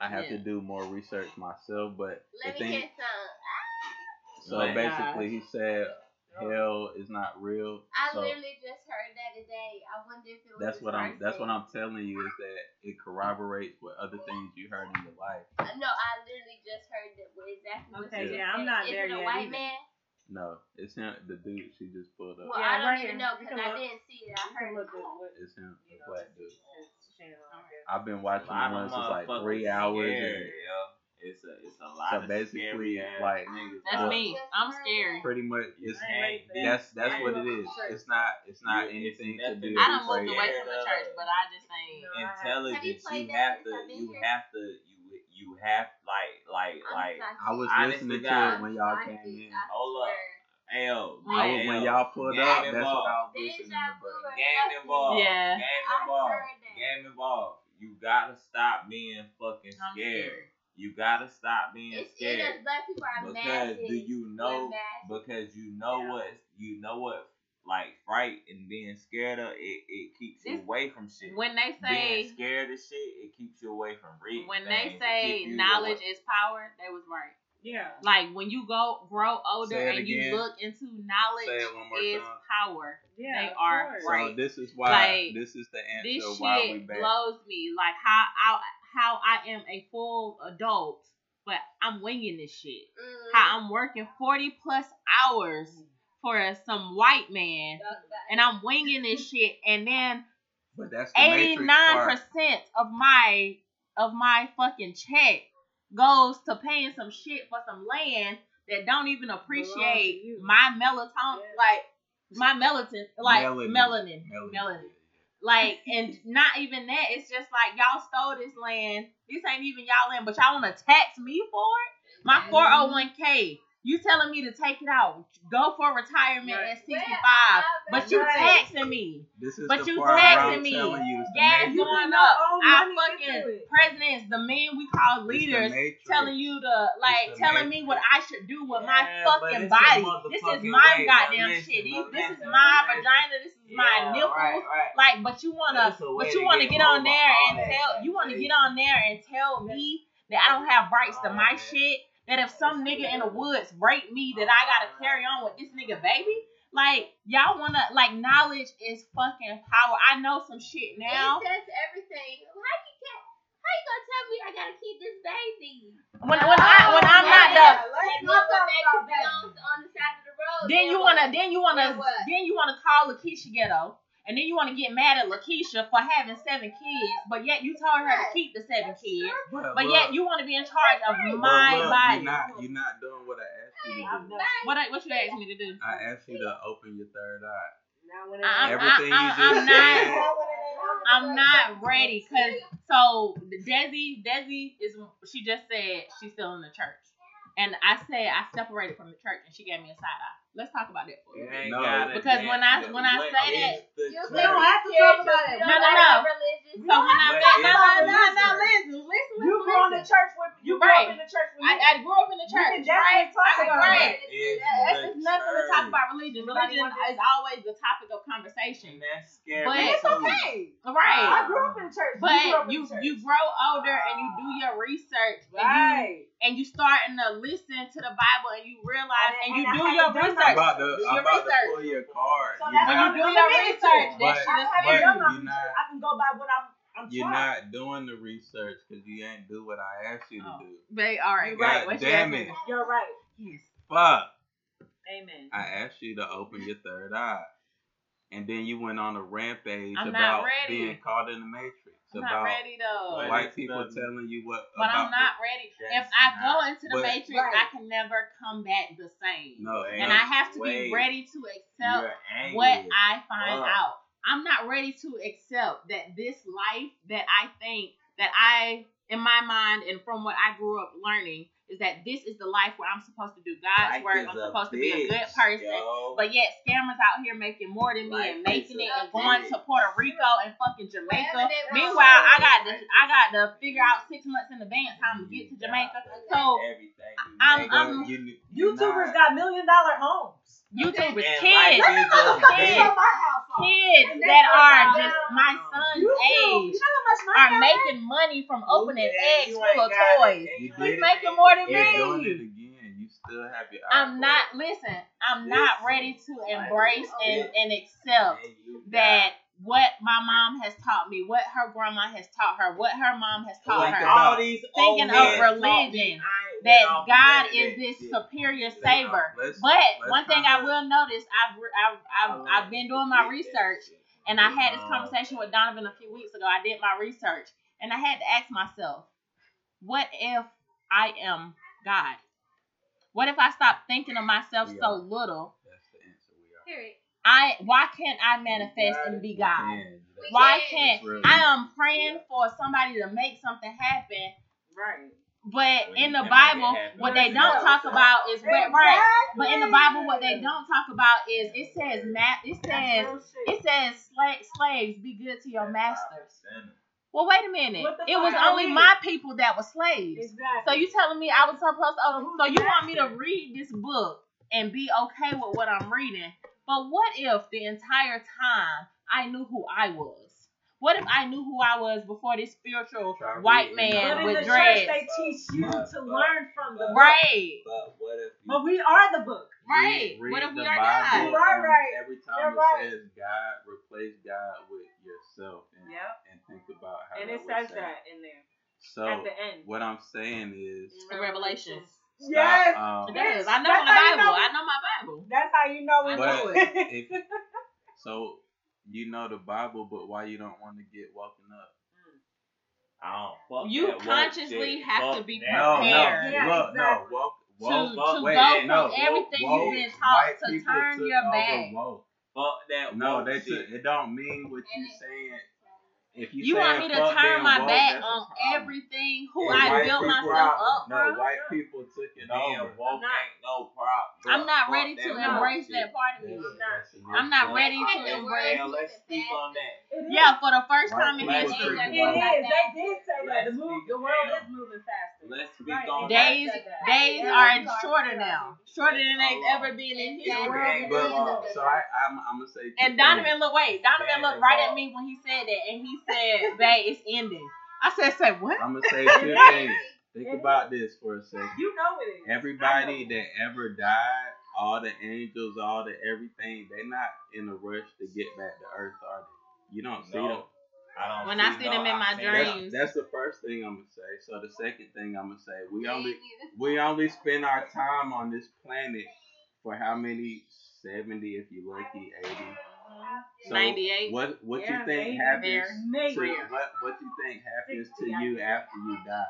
F: I have to
A: Yeah.
F: do more research myself. But
D: Let
F: the
D: me
F: thing,
D: get some.
F: so
B: Like- uh,
F: basically, he said hell is not real.
D: I
F: so
D: literally just heard that today. I wonder if it was.
F: that's
D: this
F: what I'm. That's
D: person.
F: what I'm telling you is that it corroborates what other things you heard in your life.
D: Uh, No, I literally just heard that what exactly what
C: Okay,
D: you
C: yeah, I'm
D: said.
C: not
D: Is
C: there
D: it a
C: yet
D: white
C: either.
D: man?
F: No, it's him. The dude she just pulled up.
D: Well,
C: Yeah,
D: I don't
C: right here.
D: even know
C: You
D: because
C: can
D: I
C: look.
D: didn't see it. I
C: You
D: heard
C: can
D: it.
C: look at what
F: It's him. The
C: you know,
F: black dude.
C: his channel.
F: I've been watching
B: A lot
F: one
B: of
F: since like
B: motherfuckers
F: three hours.
B: Scared,
F: and-
B: yo. It's a it's a lot.
F: So
B: of
F: basically,
B: scary ass
F: like,
B: niggas
A: That's
F: Well-
B: out
A: me.
B: there.
A: I'm scary.
F: pretty much it's
C: I ain't ready for that.
F: that's that's
B: Yeah.
F: what it is. It's not it's not
B: Yeah, it's
F: anything to
B: nothing.
F: do.
B: I
A: I done moved
F: with
A: away
F: race.
A: from the church, but I just ain't.
C: No.
D: Have you
B: Intelligence. You
D: played that
B: have to.
D: since I've been
B: You
D: here?
B: have to. You you have like like
D: I'm
B: like.
D: psychic.
F: I was
B: Honest to
F: listening to
B: God.
F: it when y'all
D: I'm
F: came
D: psychic,
F: in.
D: I
B: Hold up.
D: swear.
B: L.
F: I was
A: Yeah.
F: when y'all pulled
B: Game
F: up. That's what
B: involved.
F: I was
D: Deja
F: listening to.
D: vu
F: bro.
D: or
B: Game
D: nothing.
B: involved.
A: Yeah.
B: Game
D: I
B: involved.
D: heard that.
B: Game involved. You gotta stop being fucking
A: I'm
B: scared.
A: scared.
B: You gotta stop being
D: It's in us
B: scared.
D: black people are
B: Because
D: magic.
B: do you know?
D: magic.
B: Because you know
C: Yeah.
B: what you know what like fright and being scared of it. It keeps you
A: This-
B: away from shit.
A: When they
B: being
A: say
B: scared of shit, it keeps you away from reading.
A: when they
B: things. It
A: say
B: keep you
A: knowledge
B: away-
A: is power, they was right.
C: Yeah.
A: Like when you go grow older
F: Say it
A: and you
F: again.
A: look into
F: Say
A: knowledge
F: it one more
A: is
F: time.
A: power.
C: Yeah.
A: They
C: of
A: are
C: course.
A: right.
F: So this is why
A: Like,
F: this is the
A: This
F: answer why we
A: shit
F: back.
A: blows me. Like how I how I am a full adult, but I'm winging this shit.
D: Mm,
A: How I'm working forty plus hours for some white man,
D: talk about
A: and I'm winging this shit, and then
F: But that's the
A: eighty
F: matrix
A: nine
F: part.
A: percent of my of my fucking check goes to paying some shit for some land that don't even appreciate
C: you.
A: my melatonin,
C: Yeah.
A: like my melatonin, like
F: Melanin.
A: melanin,
F: Melody.
A: melanin. Like, and not even that. It's just like y'all stole this land. This ain't even y'all land, but y'all want to tax me for it. My
C: Mhm.
A: four hundred one k. You telling me to take it out, go for retirement
C: Right.
A: at sixty
D: it.
A: five,
D: Well,
A: but you
C: Right.
A: taxing me.
F: This is
A: But
F: the
A: you
F: part where I'm
A: texting me.
F: telling you. It's the
A: Gas
F: matrix.
A: going
C: putting
A: up.
C: our own
A: Our
C: money into
A: fucking
C: it.
A: presidents, the men we call
F: It's the
A: leaders,
F: matrix.
A: telling you to like
F: the
A: telling me
F: matrix.
A: what I should do with
B: Yeah,
A: my
B: but
A: fucking
B: it's a
A: body. This is
B: motherfucking
A: my
B: way,
A: goddamn
B: but listen,
A: shit. These-
B: but
A: This is
B: listen,
A: my
B: but listen.
A: vagina. This is my
B: Yeah,
A: nipples.
B: right, right.
A: Like, but you wanna,
B: It's a way
A: but you
B: to
A: wanna
B: get
A: get on
B: over
A: there
B: all
A: and
B: that
A: tell,
B: shit.
A: you wanna get on there and tell me that I don't have rights to my shit. That if some nigga in the woods rape me, that I gotta carry on with this nigga baby. Like y'all wanna, like knowledge is fucking power. I know some shit now.
D: It says everything. How you can how you gonna tell me I gotta keep this baby?
A: When
D: Oh,
A: when I
C: Oh,
A: when I'm not the
D: That motherfucker belongs on the side of the road.
A: Then you
D: what?
A: wanna, then you wanna,
D: Then what?
A: then you wanna call Lakeisha ghetto, and then you wanna get mad at Lakeisha for having seven kids, but yet you told her to
D: Right.
A: keep the seven kids,
F: But,
A: but
F: look,
A: yet you wanna be in charge of
F: but
A: my
F: look,
A: body.
F: You're not, you're not doing what I asked you to
C: I've
F: do.
C: never-
A: What I- what you asked me to do?
F: I asked you to open your third eye.
C: Not when
A: I'm-
C: it-
F: Everything
A: I'm-
F: you
A: I'm
F: just
A: not-
F: said.
A: I'm not ready, cause so Desi, Desi is she just said she's still in the church, and I said I separated from the church, and she gave me a side eye. Let's talk about that for a minute.
B: You ain't
F: No.
B: gotta
A: Because
B: dance
A: when I-
B: the
A: when I
B: way
A: say
B: it's the
D: You
B: church.
C: We don't have to talk about it.
D: You don't
A: No, no,
D: like
A: no.
D: our religious.
A: So when I say,
B: But
A: no, no,
C: it's-
A: no, no, listen, listen, listen.
C: You grew up in the church with you grew
A: Right.
C: up in the church with me.
A: I, I grew up in the
C: You
A: church,
C: can definitely
A: right?
C: talk
A: I-
C: about
A: right.
C: it.
B: It's
A: That's
B: the
A: it's nothing to talk
B: church.
A: about religion. Religion is always the topic of conversation,
B: And that's scary.
A: But-
C: It's
B: too.
C: okay. I
A: right?
C: grew up in the church. you grew up
A: But
C: in
A: you
C: the church.
A: you grow older and you do your research, and you
C: right.
A: and you starting to listen to the Bible and you realize and,
C: And-
A: you
C: and
A: do
C: I
A: your
C: haven't done
A: research.
F: I'm about to,
A: Do
F: I'm
A: your
F: about to
A: research.
F: pull your card.
C: So
F: You're
C: that's
A: When
F: not-
A: you do
C: what I'm doing.
A: your
C: But-
A: research, that
F: but-
A: shit
C: I
A: is
C: haven't done
F: but
A: scary.
C: my
F: you're
C: research.
F: not-
C: I can go by what I'm. I'm
F: You're
C: taught.
F: not doing the research because you ain't do what I asked you to
A: Oh.
F: do.
A: They all right,
F: God
A: right? What you
F: damn
A: asking?
F: it.
C: You're right.
A: Yes.
F: Fuck.
C: Amen.
F: I asked you to open your third eye. And then you went on a rampage
A: I'm not
F: about
A: ready.
F: being caught in the matrix.
A: I'm
F: about
A: not ready though.
B: Wait.
F: white people telling you what
A: But
F: about
A: I'm not ready. If
B: That's
A: I go
B: not-
A: into the
F: but-
A: matrix,
C: Right.
A: I can never come back the same.
F: the, no,
A: and
F: no,
A: I have to
B: Wait.
A: be ready to accept
B: You're angry.
A: what I find
B: Fuck.
A: out. I'm not ready to accept that this life that I think that I, in my mind and from what I grew up learning, is that this is the life where I'm supposed to do God's
B: Life
A: work.
B: is
A: I'm
B: a
A: supposed to be a good
B: bitch,
A: person.
B: yo.
A: But yet scammers out here making more than me and
B: Life is
A: making
B: a
A: it and going to Puerto Rico and fucking
D: Wherever
A: Jamaica.
D: they want.
A: Meanwhile, I got to I got to figure out six months in advance how I'm gonna get to
B: Mm,
A: Jamaica. So
B: everything. you
A: I'm-
B: make
A: I'm-
B: up, you- you
C: YouTubers
B: not-
C: got million dollar homes.
A: YouTubers,
B: And
A: kids,
B: life is a
A: kids.
B: bitch.
A: kids
C: And
A: that
C: that's
A: are
C: about
A: just
C: them.
A: my son's
C: YouTube,
A: age
C: you know how much money
A: are
C: I
A: making money from opening
B: Yeah,
A: eggs
B: you
A: full
B: ain't
A: of
B: got it.
A: toys.
B: You
F: He's
B: did
A: He's
B: it.
A: making more than
F: You're doing it
A: me.
F: again. You still have your. eye for
A: I'm not
F: it.
A: listen. I'm not ready to embrace and, and accept
B: And you
A: that what my mom has taught me, what her grandma has taught her, what her mom has
B: got-
A: taught
B: like
A: her.
B: all these old
A: thinking of
B: men taught
A: religion,
B: me I ain't
A: that
B: went off
A: God
B: and
A: is
B: did
A: this
B: shit.
A: superior
F: Let's-
A: saver.
F: let's-
A: But
F: let's
A: one thing I
F: kinda-
A: will notice, I've re- I've, I've, I've been doing my
B: Did that
A: research,
B: shit.
A: and I had this
B: Um,
A: conversation with Donovan a few weeks ago. I did my research, and I had to ask myself, what if I am God? What if I stop thinking of myself
F: We
A: so
F: are.
A: little?
F: That's the answer. We are.
D: Period.
A: I why can't I manifest and be God?
F: Man, that's-
A: Why
F: that's
A: can't
F: really-
A: I am praying for somebody to make something happen?
C: Right.
A: But
B: Well, you
A: in the
B: can't make it
A: Bible,
B: happen.
A: what they
B: You
A: don't
B: know.
A: talk about is what right. But in the Bible, what they
C: Exactly.
A: don't talk about is it says ma- it
C: That's
A: says
C: real shit.
A: it says sla- slaves be good to your masters.
B: Understand it.
A: Well, wait a minute.
C: What the
A: It was
C: fuck I
A: only
C: mean?
A: my people that were slaves.
C: Exactly.
A: So you telling me I was supposed to?
C: who's
A: so you
C: the
A: want me to read this book and be okay with what I'm reading? But what if the entire time I knew who I was? What if I knew who I was before this spiritual
F: Try
A: white
F: reading.
C: but
A: man
C: in the
A: with
C: church,
A: dreads?
C: they teach you to learn from the book.
A: Right.
F: But what if you
C: But we are the book.
A: Right.
F: Read,
A: What
F: read
A: if we
F: the
A: are
F: Bible,
A: God?
C: You are
F: and
C: right.
F: Every time
C: You're
F: it
C: right.
F: says God, replace God with yourself and,
C: Yep.
F: and think about how
C: And
F: that
C: it
F: would
C: says
F: sound.
C: that in there at
F: So
C: the end.
F: what I'm saying is
C: In
A: Revelations.
F: stop,
C: Yes.
F: um,
A: It does. I know
C: That's
A: my
C: how you
A: Bible.
C: know.
A: I know my Bible.
C: That's how you know we
A: I
C: know
A: know
F: but
C: it. (laughs)
F: if, so you know the Bible, but why you don't want to get woken up?
B: I don't fuck
A: You
B: that woke
A: consciously
B: shit.
A: have to
B: Fuck
A: be
B: that.
F: No, no,
A: Prepared.
C: Yeah,
F: look, no,
C: exactly.
F: woke,
A: To,
F: woke,
A: to
B: fuck,
A: go
B: wait,
A: from
F: no, woke-
A: everything
F: woke,
A: you've been
F: white
A: taught to
F: people
A: turn
F: took
A: your
F: over
A: back.
F: woke.
B: Fuck that.
F: No,
B: woke
F: they
B: shit.
F: took, it don't mean what you saying. If you,
A: You want me
F: saying
A: to
F: fuck
A: turn
F: being
A: my
F: woke,
A: back
F: that's a
A: on
F: problem.
A: everything, who
F: And
A: I
F: white
A: built
F: people
A: myself
F: problem.
A: up
F: No,
A: from?
F: white people took it
B: Being
F: over.
B: woke
C: I'm not.
B: ain't no problem.
A: I'm not
B: Fuck
A: ready to
B: woke
A: embrace
B: shit.
A: that part of me.
F: That's- that's the
A: I'm not
F: issue.
A: ready
D: Like
A: to
D: the
A: embrace.
D: word
B: Now let's speak on that.
C: It is.
A: Yeah, for the first
F: Right,
A: time in
B: right.
A: history.
C: It
F: Right.
C: is. They did say that. The,
B: Let's
C: move,
B: speak
C: the world
B: down.
C: is moving faster.
B: Let's speak
C: Right.
B: on
C: They-
B: that.
A: Days, days are shorter now, shorter than they've ever been in history.
D: Exactly.
F: Okay, but, uh, so I, I'm, I'm gonna say. two
A: And Donovan
F: things.
A: looked, wait, Donovan looked right at me when he said that, and he said, (laughs) "Babe, it's ending." I said, "Say what?"
F: I'm gonna say two things. Think about this for a second.
C: You know it is.
F: Everybody that ever died, all the angels, all the everything, they not in a rush to get back to Earth, are they? You don't see
B: No.
F: them.
B: I don't
A: When I see
B: no,
A: them in my
B: see
A: dreams.
B: that.
F: That's, that's the first thing I'm gonna say. So the second thing I'm gonna say, we only we only spend our time on this planet for how many? Seventy, if you lucky, eighty.
A: (laughs)
F: So
A: 98.
F: What what
C: Yeah,
F: you think
C: maybe.
F: happens?
C: Maybe.
F: To, what what you think happens to you after you die?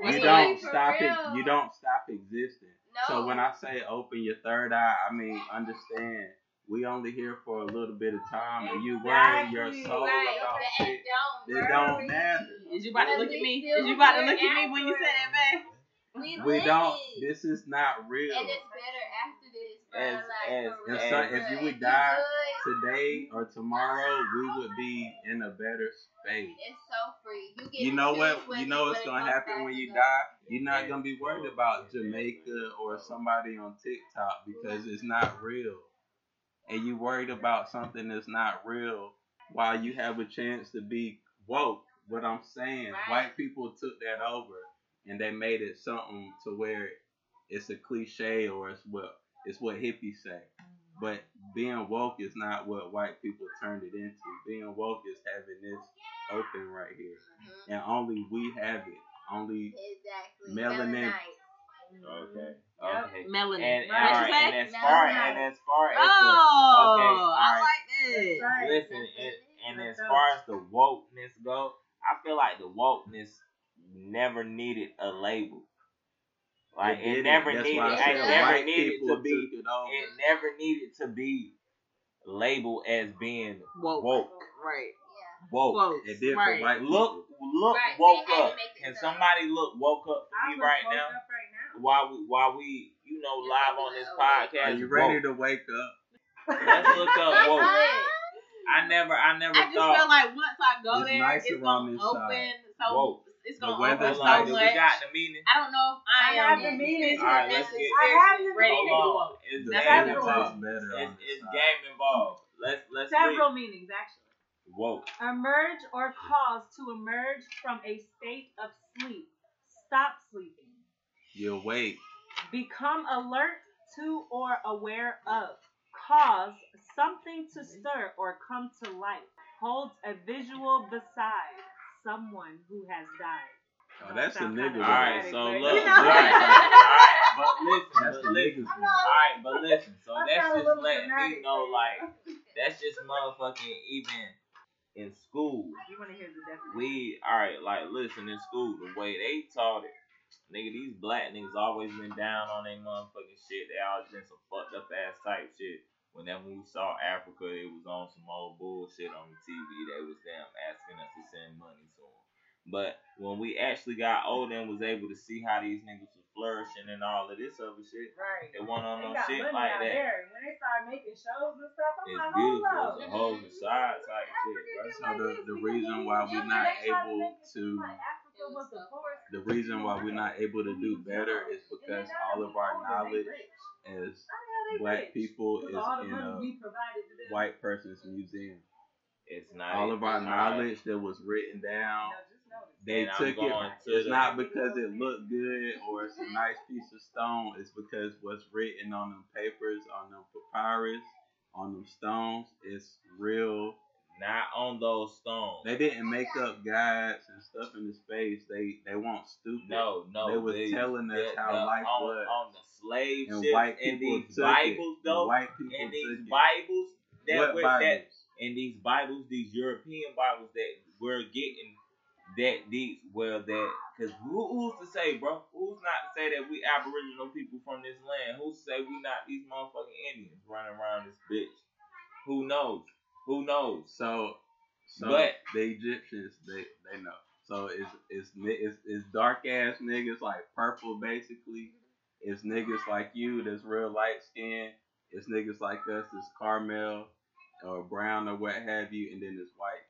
A: What's
F: You
A: the
F: don't stop it. You don't stop existing. So when
D: I
F: I say open your third eye, I mean understand. We only here for a little bit of time, and you worrying your
C: Exactly.
F: soul
D: right,
F: about
D: that
F: shit
D: don't
F: that
D: worry.
F: don't matter.
A: Is you about to look at me? Is you about to look at me when you said that, man?
F: (laughs)
D: We,
F: We
D: live
F: don't.
D: it.
F: This is not real.
D: And it's better after this, bro.
B: As-
D: like,
B: as-
D: for
F: as
D: real,
F: some-
D: bro.
F: if you
D: If
F: would
D: you
F: die-
D: good,
F: Today or tomorrow, we would be in a better space.
D: It's so free. You, get
F: You know
D: to
F: what?
D: choose whether
F: You know what's
D: wanna
F: gonna
D: go
F: happen
D: back
F: when
D: or
F: you
D: go.
F: die. You're not gonna be worried about Jamaica or somebody on TikTok because it's not real. And you worried about something that's not real while you have a chance to be woke. What I'm saying,
D: Right.
F: white people took that over and they made it something to where it's a cliche or it's what it's what hippies say.
D: Mm-hmm.
F: But being woke is not what white people turned it into. Being woke is having this open right here
D: Mhm.
F: and only we have it. Only
D: Exactly.
F: Melanin.
B: Okay.
C: Yep.
B: Okay.
A: Melanin.
B: And,
A: What'd
B: and,
A: you
B: alright,
A: say?
B: and as far
D: Melanin.
B: and as far as the
A: Oh,
B: Okay, all
A: I
B: right.
A: like that.
C: That's right.
B: Listen, and, and as far as the wokeness go, I feel like the wokeness never needed a label. Like
F: did
B: it, never
F: That's
B: needed,
F: why I said
B: it
D: the
B: never
F: white
B: needed
F: people
B: to be,
F: took it over.
B: it never needed to be labeled as being
A: Woke.
B: woke.
A: Right.
D: Yeah.
B: Woke.
A: Quote.
F: It did
A: right.
F: for white people.
B: Look, look,
D: Right, they
B: woke
D: had to
B: up.
D: make it
B: Can
D: up.
B: somebody look woke up for
C: I
B: me
C: look
B: right
C: woke
B: now?
C: up
B: while we while we you know live on this podcast.
F: Are you ready
B: woke.
F: to wake up?
B: Let's look up woke.
C: (laughs)
B: I never I never
A: I just
B: thought
A: feel like once I go
F: It's
A: there,
F: nice
A: it's
F: around
A: gonna
F: this
A: open.
F: side.
A: So
B: Whoa.
A: it's
F: The
A: gonna
F: weather
A: open
B: Hold
A: so
B: on,
A: much.
B: we got the meaning.
A: I don't know if I,
C: I
A: am
C: have the meaning.
A: All
B: Alright,
A: right,
B: let's
A: let's
B: get-
C: I have the
A: ready to
C: meaning.
A: go.
B: Hold on. It's
C: That's
B: game
C: how it
B: involved.
F: better
B: It's,
F: on this
B: it's
F: side.
B: game involved. Let's let's
C: Several meanings, actually.
B: get woke.
C: Emerge or cause to emerge from a state of sleep. Stop sleeping.
F: You're awake.
C: Become alert to or aware of. Cause something to stir or come to light. Holds a visual beside someone who has died.
F: Oh, that's the
C: Sounds
F: nigga.
C: kinda
B: All
F: way.
B: right,
C: dramatic,
B: so
C: but-
B: look.
C: You know.
B: (laughs) All right, all right, but
F: That's
B: listen,
F: the
B: but listen.
F: niggas.
E: I'm
F: way.
E: not-
B: Alright, but listen, so
E: I
B: that's
E: sound a
B: just
E: little
B: letting me
E: dramatic.
B: know, like, that's just motherfucking even in school.
C: You want to hear the definition?
B: We, alright, like, listen, in school, the way they taught it, nigga, these black niggas always been down on their motherfucking shit. They always been some fucked up ass type shit. Whenever we saw Africa, it was on some old bullshit on the TV. They was damn asking us to send money to 'em. But when we actually got older and was able to see how these niggas was flourishing and all of this other shit,
C: Right.
B: it went on
C: They
B: no
C: got
B: shit
C: money
B: like
C: out
B: that.
C: there. When they start making shows and stuff, I'm
B: It's
C: like, hold
B: beautiful.
C: up.
B: It's a whole facade type shit,
F: So the, the reason why we're not able to
C: Africa was the poorest
F: the reason why we're not able to do better is because all of our knowledge as black people is in a white person's museum.
B: It's not
F: All of our knowledge that was written down, they
B: And I'm
F: took it.
B: going to
F: It's
B: the-
F: not because it looked good or it's a nice piece of stone. It's because what's written on them papers, on them papyrus, on them stones, it's real.
B: not on those stones.
F: They didn't make up guides and stuff in the space. They they weren't stupid.
B: no, no.
F: they was telling us how life
B: on,
F: was.
B: on the slave
F: And
B: ships
F: white
B: and
F: people
B: these
F: took
B: Bibles,
F: it.
B: though.
F: White people
B: And these
F: took
B: Bibles
F: it.
B: that
F: What
B: were that
F: Bibles?
B: and these Bibles, these European Bibles that we're getting that these well that because who, who's to say, bro? Who's not to say that we Aboriginal people from this land? Who's to say we not these motherfucking Indians running around this bitch? Who knows? Who knows?
F: So, so
B: But-
F: the Egyptians, they they know. So it's it's ni- it's, it's dark ass niggas like purple basically. It's niggas like you that's real light skin. It's niggas like us that's caramel or brown or what have you, and then it's white.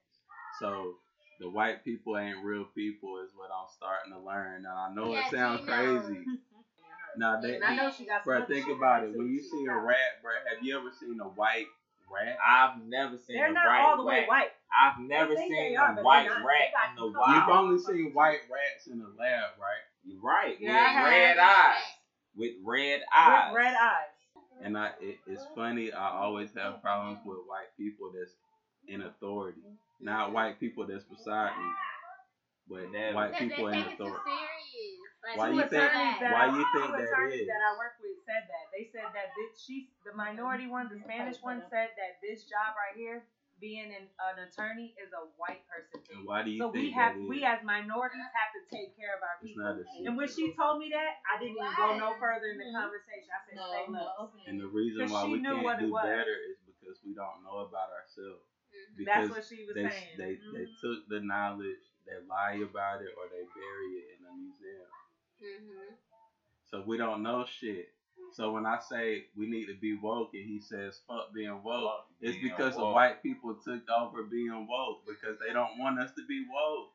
F: So the white people ain't real people is what I'm starting to learn. And I know
D: Yeah,
F: it sounds
D: they know.
C: (laughs)
F: crazy. Nah, they,
C: And I know she got
F: bro,
C: some
F: think
C: shit
F: about it.
C: too.
F: When you see a rat, bro, have you ever seen a white rat?
B: I've never seen
C: They're
B: a
C: not
B: bright
C: all the way
B: rat.
C: white.
B: I've never
C: They think
B: seen
C: they
B: a
C: are, but they're
B: white
C: not. They
B: rat
C: got
B: in the
C: some
B: wild.
F: You've only seen white rats in the lab, right?
B: You're right.
C: Yeah, I
B: with
C: have.
B: red eyes. With red eyes.
C: With red eyes.
F: And I, it, it's funny. I always have problems with white people that's in authority, not white people that's beside me, but
B: Never.
F: white
D: Because they
F: people in
D: take it too
F: authority.
D: serious. Like,
F: Why
C: two
F: you
D: it's
F: think-
C: attorneys
D: not.
C: that
F: why
C: I,
F: you think
C: two
F: that
C: attorneys
F: is?
C: that I work with said that they said that this she the minority one the Spanish one said that this job right here being an, an attorney is a white person thing.
F: And why do you
C: So we
F: think
C: have
F: that is?
C: we as minorities have to take care of our
F: it's
C: people.
F: not a secret.
C: And when she told me that, I didn't even go no further in the conversation. I said, "Stay low."
F: and the reason
C: 'cause
F: why
C: she
F: we
C: knew
F: can't
C: what it
F: do
C: was.
F: better is because we don't know about ourselves.
D: Mhm.
F: Because
C: Mm-hmm. That's what she was
F: they
C: saying.
F: they, they
C: Mhm.
F: took the knowledge, they lie about it, or they bury it in a museum.
D: Mhm.
F: So we don't know shit. So when I say we need to be woke, and he says fuck being woke, it's
B: Being
F: because the
B: woke.
F: white people took over being woke because they don't want us to be woke.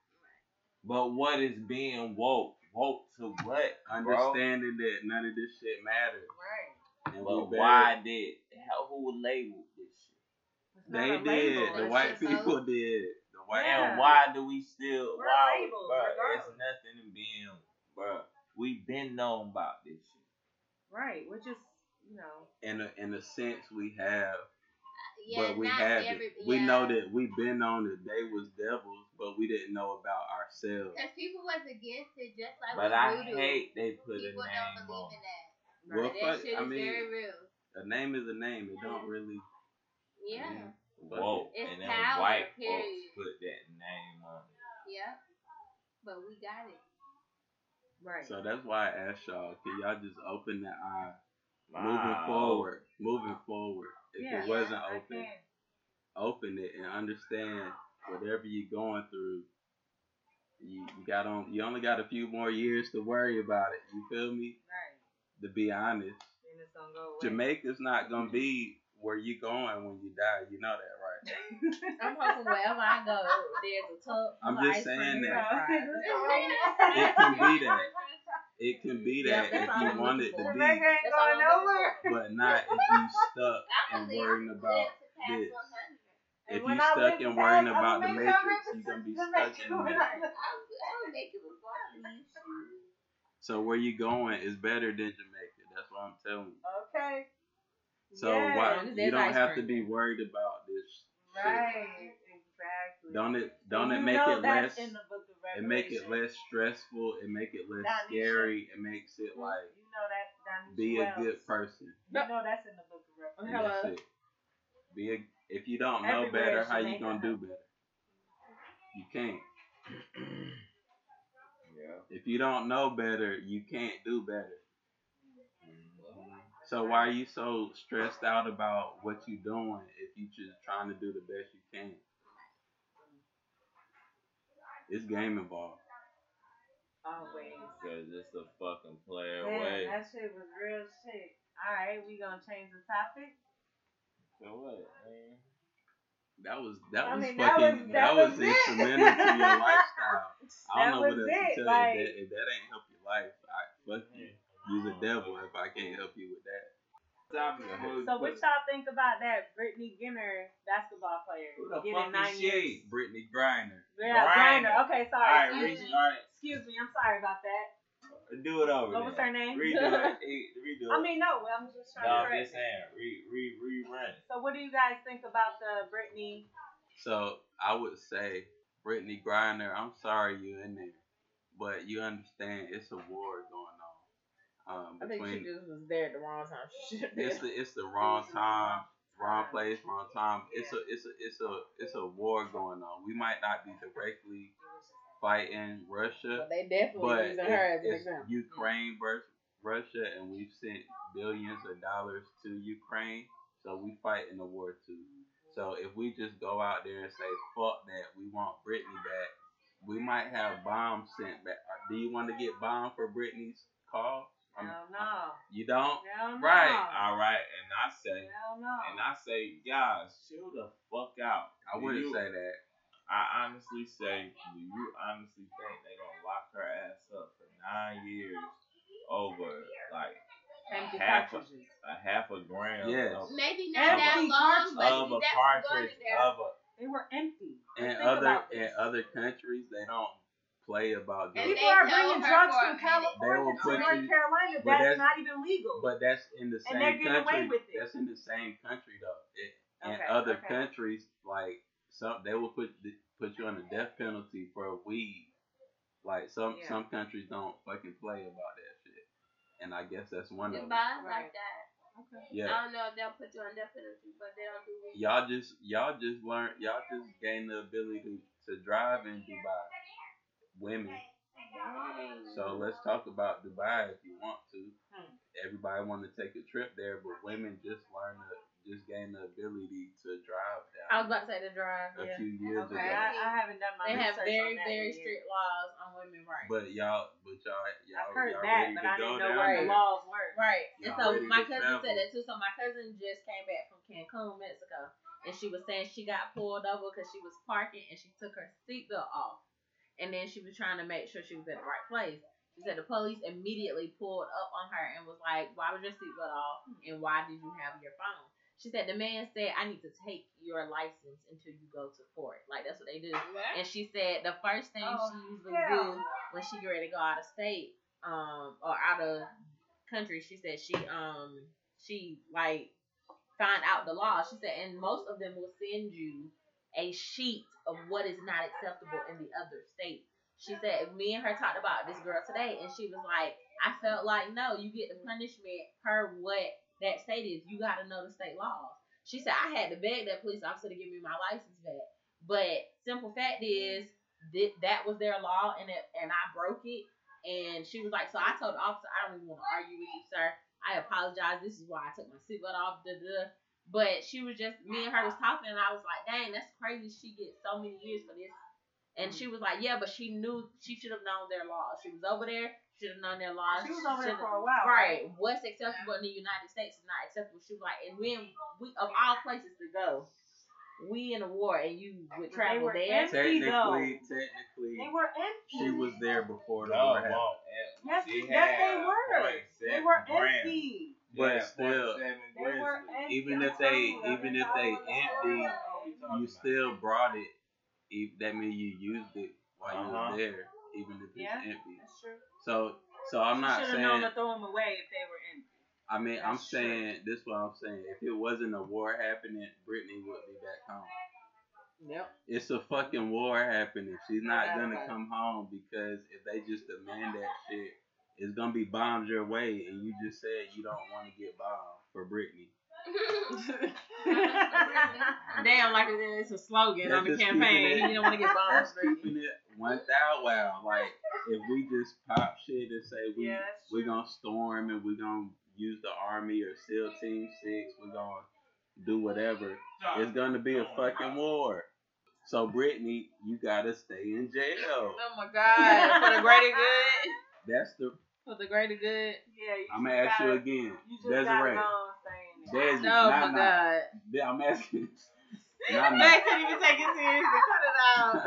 B: But what is being woke? Woke to what? Bro?
F: Understanding that none of this shit matters.
C: Right.
F: And we
B: But
F: better-
B: why did how who labeled this shit?
C: It's not
F: They
C: a label,
F: did. The
C: it's
F: white
D: just
F: people
D: a-
F: did. The white
C: Yeah.
B: And
F: people
B: why do we still
C: We're
B: why
C: labeled,
B: bruh, it's
C: regardless.
B: nothing in being bruh. We've been known about this shit.
C: Right. We're just you know.
F: in a, in a sense we have,
D: Yeah,
F: but we
D: not
F: have
D: every-
F: it. We
D: yeah.
F: know that we've been on it. They was devils, but we didn't know about ourselves.
D: Because people was against it just like
B: But
D: with
B: I
D: voodoo.
B: hate they put a
D: People don't
B: name on.
D: believe in that.
F: Well,
C: Right.
D: That
F: fuck,
D: shit
F: I
D: is
F: mean,
D: very real.
F: A name is a name. It don't really.
D: Yeah.
B: Woke.
D: It's
B: and then
D: power,
B: white folks
D: period.
B: put that name on. it.
D: Yeah. But we got it.
C: Right.
F: So that's why I asked y'all, can y'all just open the eye?
B: Wow.
F: Moving forward. Moving forward. If
C: Yeah.
F: it wasn't
C: I
F: open,
C: can.
F: open it and understand whatever you're going through You, you got on. You only got a few more years to worry about it. You feel me?
C: Right.
F: To be honest,
C: Then it's gonna go away.
F: Jamaica's not gonna be where you going when you die. You
C: (laughs)
F: know that, right?
D: I'm hoping wherever I go, there's a tub.
F: I'm
D: full of
F: just
D: ice
F: saying
D: cream
F: that.
C: (laughs)
D: fries.
F: It can be that. It can be
D: Yeah,
F: that
D: that's all
F: if
D: I'm
F: you want it
D: looking
F: to
D: for.
F: be,
E: Jamaica ain't
D: That's all
E: going
C: (laughs)
E: nowhere.
D: I'm looking
F: but not if you stuck
D: I'm
F: and
D: gonna
F: worrying
D: live
F: about.
D: to pass
F: this.
D: 100.
E: And
F: If
E: when
F: you
E: I
F: stuck
E: live
F: and
E: down,
F: worrying
E: I'ma
F: about the
E: make
F: matrix,
E: sure
F: you're gonna be
E: to make
F: stuck in the
E: sure
F: matrix.
D: I would make it before I leave.
F: So where you going is better than Jamaica. That's what I'm telling you.
E: Okay.
F: So
C: Yes.
F: why
A: long as
F: you
A: there's
F: don't
A: ice
F: have to
A: cream.
F: be worried about this? shit.
E: Right. Exactly.
F: Don't it? Don't it
C: You
F: make
C: know
F: it less?
C: that's in the book of
F: It make it
C: Revelation.
F: less stressful. It make it less
E: Not me,
F: scary. It makes it
C: Mm-hmm.
F: like
C: you know that Donnie
F: be a
C: Wells.
F: good person.
C: You know that's in the book of Revelation.
F: and that's it. Be a, if you don't know
C: Oh, Everywhere
F: better,
C: is
F: how you
C: Jamaica,
F: gonna
C: huh?
F: do better? You can't.
B: Yeah.
F: If you don't know better, you can't do better.
B: Mhm.
F: So why are you so stressed out about what you doing if you just trying to do the best you can? It's game involved.
C: Always.
B: Cause it's a fucking player away.
C: Man, that shit was real shit. All right, we gonna change the topic.
B: So what? Man?
F: That was that
E: I
F: was
E: mean, that
F: fucking
E: was-
F: that
E: that
F: was,
E: was it.
F: instrumental to your lifestyle. I
C: That
F: don't know
C: was
F: what else
C: it,
F: to tell
C: like-
F: you. If that, if that ain't help your life, I fuck you. You the devil if I can't help you with that.
B: Stop it, who-
C: So what y'all think about that Brittany Ginner basketball player
B: Who the
C: getting
B: fuck
C: nine
B: is
C: years?
B: she?
F: Brittany Griner.
C: Yeah,
B: Griner.
C: Griner. Okay,
B: All
C: sorry.
B: right,
D: Excuse
B: read,
C: excuse,
D: me.
B: all right,
C: excuse me. I'm sorry about that.
B: do it over.
C: What was
B: then.
C: her name? (laughs)
B: Redo it. eh, Redo it.
C: I mean, no. I'm just trying
B: no,
C: to
B: I'm
C: correct.
B: just saying. Re, re, rerun. it.
C: So what do you guys think about the Brittany?
F: So I would say Brittany Griner, I'm sorry you in there, but you understand it's a war going on um,
A: I think she
F: between
A: just was there at the wrong time. (laughs) She should have been.
F: it's the it's the wrong time, wrong place, wrong time. It's a it's a it's a it's a war going on. We might not be directly fighting Russia,
A: But they definitely
F: but
A: using her as
F: it's,
A: an
F: it's
A: example.
F: Ukraine versus Russia, and we've sent billions of dollars to Ukraine, so we fight in the war too. So if we just go out there and say fuck that, we want Brittany back. We might have bombs sent back. Do you want to get bombed for Britney's call?
C: Hell
F: I'm-
C: no.
F: You don't.
C: Hell no.
B: Right. All right. And I say,
C: Hell no.
B: and I say, guys, chill the fuck out.
F: I
B: Do
F: wouldn't
B: you-
F: say that.
B: I honestly say, do you honestly think they gonna lock her ass up for nine years over like
C: Empty
B: half a,
C: cartridges.
B: a half a gram
F: Yes.
B: of,
D: Maybe not that
B: Empty
D: long, but
B: of a
D: you definitely going
B: partridge
D: in there.
B: of a
C: They were empty.
F: in
C: Think
F: other
C: about
F: in
C: this.
F: other countries they don't play about
D: And they
F: drugs,
C: People are
D: know
C: bringing
D: her
C: drugs
D: for a
C: from
D: minute.
F: They
C: California
F: will
C: to
F: put
C: North
F: you-
C: Carolina.
F: but
C: That's,
F: that's-
C: not even legal.
F: but that's in the
C: And they're
F: same
C: getting away
F: country.
C: with it.
F: That's in the same country though. It,
C: Okay,
F: in other
C: okay.
F: countries, like some, they will put put you on the death penalty for weed. Like some
C: Yeah.
F: some countries don't fucking play about that shit, and I guess that's one of them.
D: Dubai
C: Right.
D: like that.
F: Yeah,
D: I don't know if they'll put you on death penalty, but they don't do it.
F: y'all just y'all just learn y'all just gain the ability to, to drive in Dubai, women. So let's talk about Dubai if you want to.
C: Hmm.
F: Everybody want to take a trip there, but women just learn to
D: (laughs)
F: just gain the ability to drive
A: I was
F: down
A: about to say the drive.
F: a
A: Yeah.
F: few years
C: Oh, Okay,
F: ago.
C: I, I haven't done my
A: They have
C: research on
A: very,
C: that
A: very
C: one yet.
A: strict laws on women rights.
F: But y'all, but y'all, y'all,
C: I've heard
F: y'all
C: that,
F: Oh, ready
C: but
F: to
C: I
F: go
C: didn't know
F: down
C: what
A: there.
C: the laws were.
A: Right. And
F: Y'all
A: so
F: ready
A: my
F: to
A: cousin said
F: travel.
A: that too. So my cousin just came back from Cancun, Mexico, and she was saying she got pulled over because she was parking and she took her seatbelt off, and then she was trying to make sure she was at the right place. She said the police immediately pulled up on her and was like, "Why was your seatbelt off? And why did you have your phone?" She said the man said, "I need to take your license until you go to court." Like that's what they do. And she said the first thing
C: Oh,
A: she usually
C: hell.
A: do when she get ready to go out of state, um, or out of country, she said she um she like find out the law. She said, and most of them will send you a sheet of what is not acceptable in the other state. She said, me and her talked about this girl today, and she was like, I felt like no, you get the punishment per what that state is. You got to know the state laws. She said, I had to beg that police officer to give me my license back. But simple fact is, that that was their law, and it, and I broke it. And she was like, so I told the officer, I don't even want to argue with you, sir. I apologize. This is why I took my seatbelt off. Da, da, da. But she was just me and her was talking, and I was like, dang, that's crazy. She gets so many years for this And she was like, yeah, but she knew she should have known their laws. She was over there, should have known their laws.
C: She was over
A: shoulda-
C: there for a while.
A: Right. What's acceptable in the United States is not acceptable. She was like, and when we of all places to go, we in a war and you would
C: They
A: travel
C: were
A: there.
C: in- Empty, though.
F: Technically,
C: They
F: technically,
C: were
F: she
C: empty.
F: was there before the
B: No,
F: war happened.
B: won't.
C: Yes,
B: She
C: yes,
B: had
C: they were. They
B: 47
C: were
B: grand.
C: empty.
F: But
B: Yeah,
F: still,
B: 47
C: They were
B: grand.
C: empty.
F: Even
C: I'm
F: if they-
C: telling you,
F: even
C: that's
F: if
C: how
F: they
C: it was.
F: You still brought it. If that means you used it while
B: Uh-huh.
F: you were there, even if it's
C: Yeah.
F: empty.
C: That's true.
F: So, so I'm
C: should
F: not
C: have
F: saying.
C: known to throw them away if they were (laughs) empty.
F: I mean, I'm
C: That's true.
F: saying this. Is what I'm saying. If it wasn't a war happening, Brittany would be back home.
A: Yep.
F: It's a fucking war happening. She's not
A: Yeah,
F: gonna
A: right.
F: come home because if they just demand that shit, it's gonna be bombed your way. And you just said you don't want to get bombed for Brittany.
C: (laughs)
A: Damn, like it is a slogan
F: That's
A: on the
F: just
A: campaign.
F: keeping it-
A: You don't want to get bombed.
F: (laughs) That's keeping it one thou wow. Like if we just pop shit and say we
C: Yeah, that's
F: we're
C: true.
F: gonna storm and we're gonna use the army or SEAL Team Six, we're gonna do whatever. It's gonna be a fucking war. So Brittany, you gotta stay in jail.
A: Oh my god, for the greater good.
F: That's the.
A: For the greater good.
C: Yeah, you
F: I'm gonna
C: just
F: ask you
C: gotta-
F: again,
C: You just
F: Desiree.
C: got long saying it.
F: Desi,
A: No,
F: nah,
A: Oh my
F: nah.
A: god.
F: De- I'm asking. nah, nah.
A: Matt couldn't even take it seriously. Cut it out.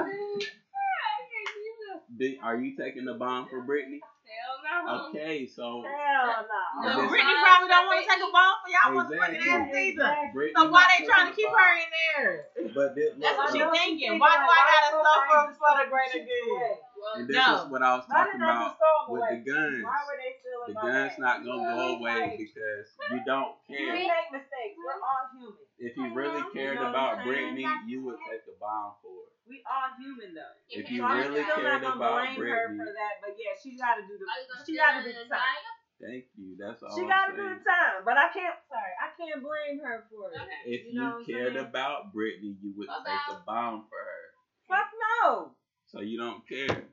F: De- Are you taking the bomb for Brittany?
D: Hell no.
F: Okay, so
C: Hell no.
A: Well,
F: Listen.
A: Brittany probably don't want to take a ball for y'all motherfucking ass
F: Exactly.
A: either.
F: Brittany
A: So why
F: not
A: they trying to
F: taking the
A: keep
F: bomb.
A: her in there?
F: But this,
A: That's what
F: look,
A: she
F: look,
A: thinking. Why do I gotta suffer for the greater good?
F: and this
A: No.
F: is what I was
C: Why
F: talking
C: did I
F: about
C: just throw them
F: with
C: away?
F: the guns.
C: Why were they still
F: The
C: in my
F: gun's
C: bag?
F: not gonna go
C: Really?
F: away
C: Like,
F: because you don't
C: We
F: care.
C: make mistakes. We're all human.
F: If you really cared
C: You know what
F: about
C: I'm
F: Brittany,
D: saying?
F: you would take the bomb for it.
C: We all human though.
F: If
C: So
F: you
C: I'm
F: really
C: still not
F: cared
C: gonna
F: about
C: blame her
F: Britney.
C: for that, but yeah, she got to do the
D: Are you gonna
C: she
D: sit
C: got to
D: under
C: do
D: the
C: the time.
D: Zion?
F: Thank you. That's all
C: She got
F: I'm
C: to do
F: saying.
C: the time, but I can't. Sorry, I can't blame her for it.
D: Okay.
F: If
C: You
F: you,
C: know what I'm
F: cared
C: saying?
F: about Brittany, you would take the bomb for her.
C: Fuck no.
F: So you don't care.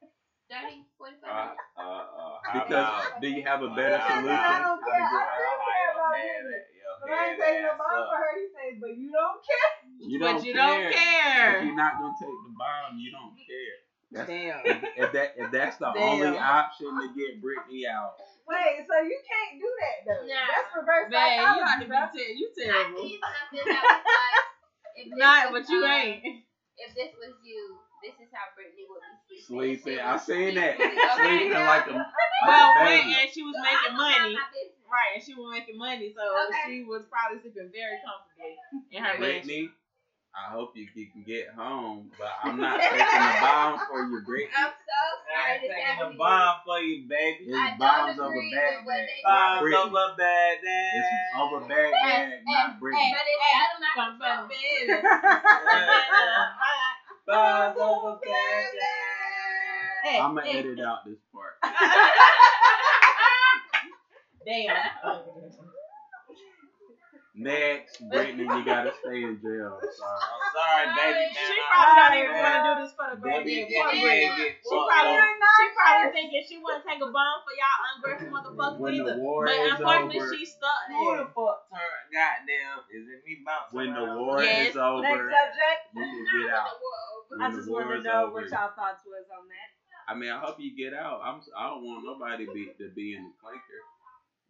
D: 30,
B: Uh,
D: 45 minutes.
B: uh, uh, how
F: Because
B: about- uh,
F: do you have a
B: How
F: better
B: about-
F: solution?
C: I don't care.
F: How
C: I don't care
B: Your
C: about him.
B: head- your
C: But I
B: head
C: ain't taking no
B: ass
C: bomb
B: up.
C: for her. He says, but you don't care.
F: do you- You
A: but
F: don't
A: you
F: care.
A: don't care.
F: If you're not gonna take the bomb, you don't care. That's
A: Damn.
F: if, if that if that's the
A: Damn.
F: only option to get Britney out,
C: Wait, so you can't do that though.
D: Nah.
C: That's reverse
A: Man, you ought
C: psychology.
A: to be
C: bro.
A: ter- you
D: I
A: terrible.
D: need something that was like, if this
A: Not,
D: was
A: but you
D: us,
A: ain't.
D: If this was you, this is how Brittany would be
F: sleeping.
D: She
F: I
D: would
F: seen
D: sleep
F: that
D: with it, (laughs) okay?
F: sleeping like a,
A: Well,
F: like a
A: when
F: baby.
A: and she was
D: So I
A: making
D: don't mind
A: money.
D: my business.
A: Right, and she was making money, so
D: Okay.
A: she was probably sleeping very comfortably in her bed.
F: Brittany, I hope you can get home, but I'm not taking the bomb for you, Brittany.
D: I'm so sorry
B: I'm
D: this
B: taking the
D: happened. to you.
B: bomb for you, baby.
F: It's
D: I don't
F: bombs over
D: agree
F: bad
D: with what
F: bag,
D: they-
F: not
B: Bombs
F: Brittany.
B: over bad
F: It's over bad bag,
D: Hey,
F: not Brittany.
D: but it's out of my
A: Come
D: control.
A: from bed.
B: Bombs over bad
F: I'm gonna edit out this part.
A: Damn.
F: Next, Brittany, you gotta stay in jail. I'm sorry.
B: (laughs) I'm sorry, baby.
A: She
B: man.
A: probably don't even
B: Alright,
A: want
B: man.
A: to do this for the greater
B: Baby,
A: good.
B: get
A: for
D: yeah,
A: real.
D: yeah.
B: get
A: She
B: fucked
A: probably,
B: up.
A: she probably thinking she wouldn't take a bomb for y'all ungrateful motherfuckers
F: When the
A: either.
F: war
A: But
F: is
A: unfortunately,
F: over,
A: she stuck
B: Who the
A: there.
B: fuck turned goddamn? Is it me bouncing?
F: when the
B: around?
F: war
A: Yes.
F: is over,
C: Next subject.
F: you can
D: Not
F: get
D: with
F: out.
D: the world.
F: When
C: I
F: the
C: just
F: war
C: want to
F: is
C: know
F: over,
C: what y'all thoughts was on that.
F: I mean, I hope you get out. I'm. I don't want nobody be, to be in the clinker,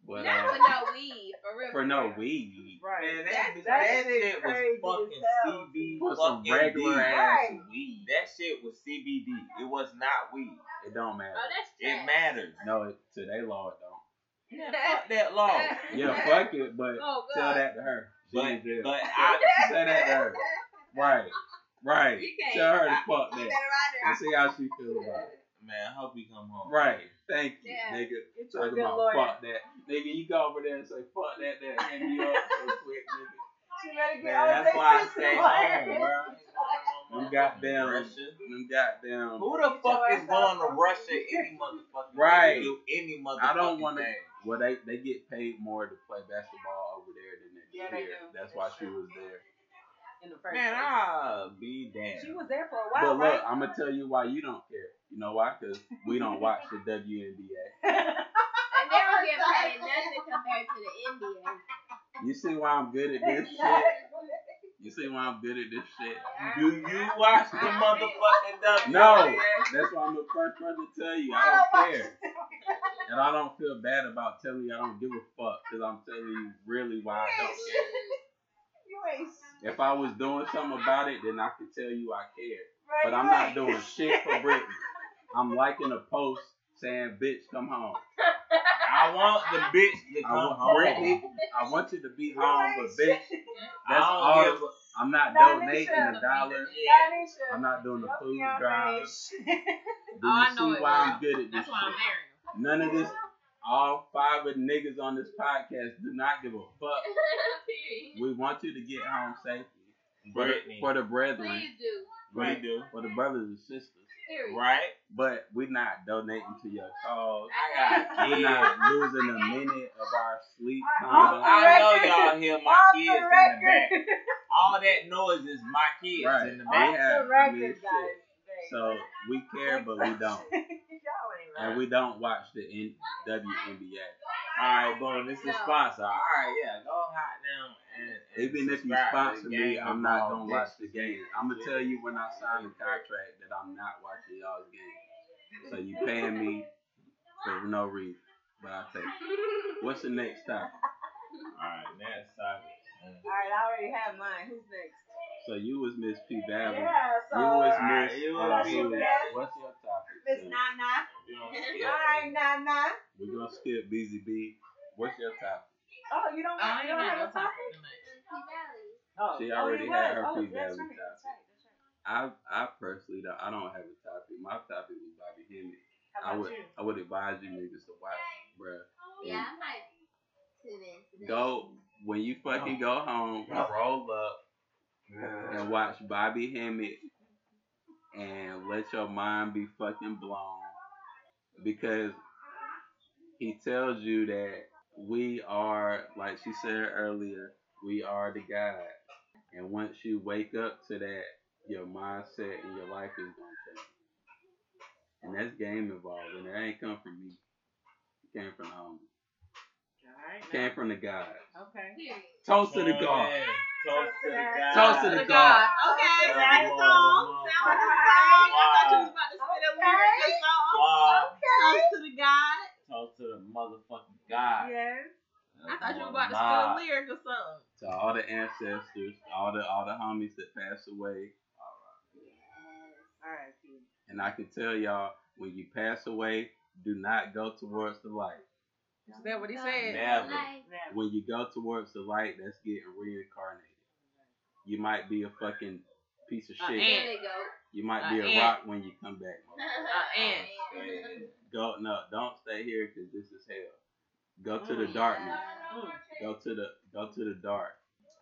F: but
D: Not for
F: uh,
D: no weed, for real.
F: for no weed,
B: Man, that, that,
C: that's
B: shit
C: crazy
B: was fucking
C: as hell.
B: CBD.
F: for some
B: fucking
F: regular
B: D.
F: ass
C: Right.
F: weed,
B: That shit was CBD. It was not weed.
F: it don't matter.
D: Oh, that's
B: It
D: trash.
B: matters.
F: No, it, to they law it don't.
B: Fuck that law.
F: Yeah, fuck it, but
D: Oh,
F: tell
D: God.
F: that to her. She
B: But
F: in jail.
B: but I
F: Say that to her. Right, right.
D: You can't-
F: Tell her to fuck that.
D: better ride
F: And see how she feel about it.
B: man, I hope you come home.
F: Right. Thank you,
D: Yeah.
F: nigga.
C: Get you a
F: Talking
C: good
F: about
C: lawyer.
F: fuck that, nigga. You go over there and say fuck that, that hand me up so quick, nigga.
C: She better get
B: Man,
C: all
B: that's
C: that
B: why I
C: shit
B: stay
C: lawyer.
B: home, bro.
F: Them goddamn-
B: Russia.
F: Them goddamn.
B: Who the fuck is going to Russia any motherfucking
F: Right.
B: day to do any motherfucking
F: I don't want to.
B: thing?
F: Well, they they get paid more to play basketball over there than they
C: Yeah,
F: do
C: they
F: here.
C: do.
F: That's why she was there.
C: In the first
B: Man,
C: place.
B: I'll be damned.
C: She was there for a
F: but
C: while,
F: look,
C: right?
F: I'm
C: (laughs)
F: gonna tell you why you don't care. You know why? Cause we don't watch the WNBA.
D: And they don't get paid nothing compared to the NBA.
C: (laughs)
F: You see why I'm good at this shit?
C: Exactly.
F: You see why I'm good at this shit?
B: You you watch the motherfucking E? WWE.
F: No, that's why I'm the first person to tell you. I
C: (laughs)
F: don't care. And I don't feel bad about telling you I don't give a fuck because I'm telling you really why I don't
C: (laughs)
F: care.
C: You ain't
F: If I was doing something about it, then I could tell you I care.
C: right,
F: But I'm
C: you
F: not
C: ain't.
F: doing
C: (laughs)
F: shit for Britney. I'm liking a post saying, bitch, come home.
B: I want the bitch to
F: I
B: come
F: want,
B: home.
F: Britney, I want you to be
C: You
F: home,
C: ain't
F: but bitch,
C: shit.
B: I
F: that's
B: don't
F: all.
B: give
F: I'm not
C: Not in
F: donating
C: shit.
F: a
C: That
F: dollar.
C: ain't shit.
F: I'm not doing the
C: Your
F: food
C: fiancé
F: drive.
C: ain't shit.
A: Oh,
F: Do you
A: I
F: see
A: know it,
F: why
A: girl.
F: I'm good at this
A: That's why I'm
F: shit?
A: married.
F: None of this. All five of the niggas on this podcast do not give a fuck.
D: Period.
F: We want you to get home safely for the,
B: Britney.
F: for the brethren,
D: Please do.
B: What
F: Right.
B: do you
F: for the brothers and sisters.
D: Period.
B: do? Right?
F: But we're not donating to your cause.
B: I got
F: (laughs) We're
B: kids.
F: not losing a minute of our sleep
C: Off the
F: time.
B: I
C: record.
B: know y'all hear my
C: Off
B: kids
C: the
B: in the
C: record.
B: back. All that noise is my kids
F: Right.
B: in the
F: All
B: back.
F: that-
C: (laughs) Off
F: have
C: the record,
F: good shit.
C: guys.
F: So we care, but we
C: (laughs)
F: don't.
C: Y'all ain't right.
F: And we don't watch the N- WNBA.
B: All right, boom, this is
D: No.
B: sponsor. All right, yeah, go hot down and, and
F: Even if you
B: subscribe to
F: sponsor
B: the
F: me,
B: game
F: I'm not
B: tomorrow.
F: gonna watch the game. I'm gonna tell you when I sign the contract that I'm not watching y'all's game. So you paying me for no reason, but I take. it. What's the next topic?
B: All right, that's solid.
C: All right, I already have mine. Who's next?
F: So you was Miss P Valley.
C: Yeah, so
F: You was
C: uh,
B: Alright,
F: Miss.
B: you
F: uh,
C: was
F: you-
C: Miss.
F: What's your topic?
C: Miss Nana.
F: (laughs)
C: All right, Nana.
F: We're gonna skip BZB. What's your topic?
C: Oh, you don't,
A: I
C: you
A: don't
C: don't
A: even
C: have
A: have no
C: a
A: time
C: topic?
A: for tonight.
C: Oh,
F: She
C: oh,
F: already
C: you
F: had
C: would.
F: her
C: oh,
F: pre-valid
C: that's right,
F: topic.
C: that's right, that's right.
F: I I personally don't, I don't have a topic. My topic was Bobby Hemmings.
C: How
F: I
C: about
F: would
C: you?
F: I would advise you niggas to watch, bruh.
D: Yeah, I might tune in to that.
F: Go when you fucking go home, roll up and watch Bobby Hammett and let your mind be fucking blown because he tells you that we are like she said earlier, we are the God. And once you wake up to that, your mindset and your life is gonna change. And that's game involved and it ain't come from me. It came from the home.
C: All
F: Came from the God.
C: right. Okay.
D: Period.
F: Toast to the God.
B: Toast to the God.
F: Toast to the God.
A: uh, Okay,
B: Yeah,
A: that's a
B: we want
A: song.
B: them
A: Sound like a
C: all.
A: song. I thought you was about to spit a lyric or something.
C: Okay.
B: God.
A: Toast to the God.
B: Toast to the motherfucking God.
C: Yes.
A: I thought you was about to spit a lyric or something.
F: To all the ancestors, all the all the homies that passed away.
C: All right. dude.
F: And I can tell y'all, when you pass away, do not go towards the light.
A: Is that what he said?
B: Never.
D: Like,
C: Now,
F: When you go towards the light, that's getting reincarnated. You might be a fucking piece of
A: Uh,
F: shit.
A: and-
D: There we go.
F: You might be
A: Uh,
F: a
A: and-
F: rock when you come back. motherfucker.
A: and.
F: Go no, don't stay here because this is hell. Go to the
C: Mm.
F: darkness.
C: Mm.
F: Go to the go to the dark.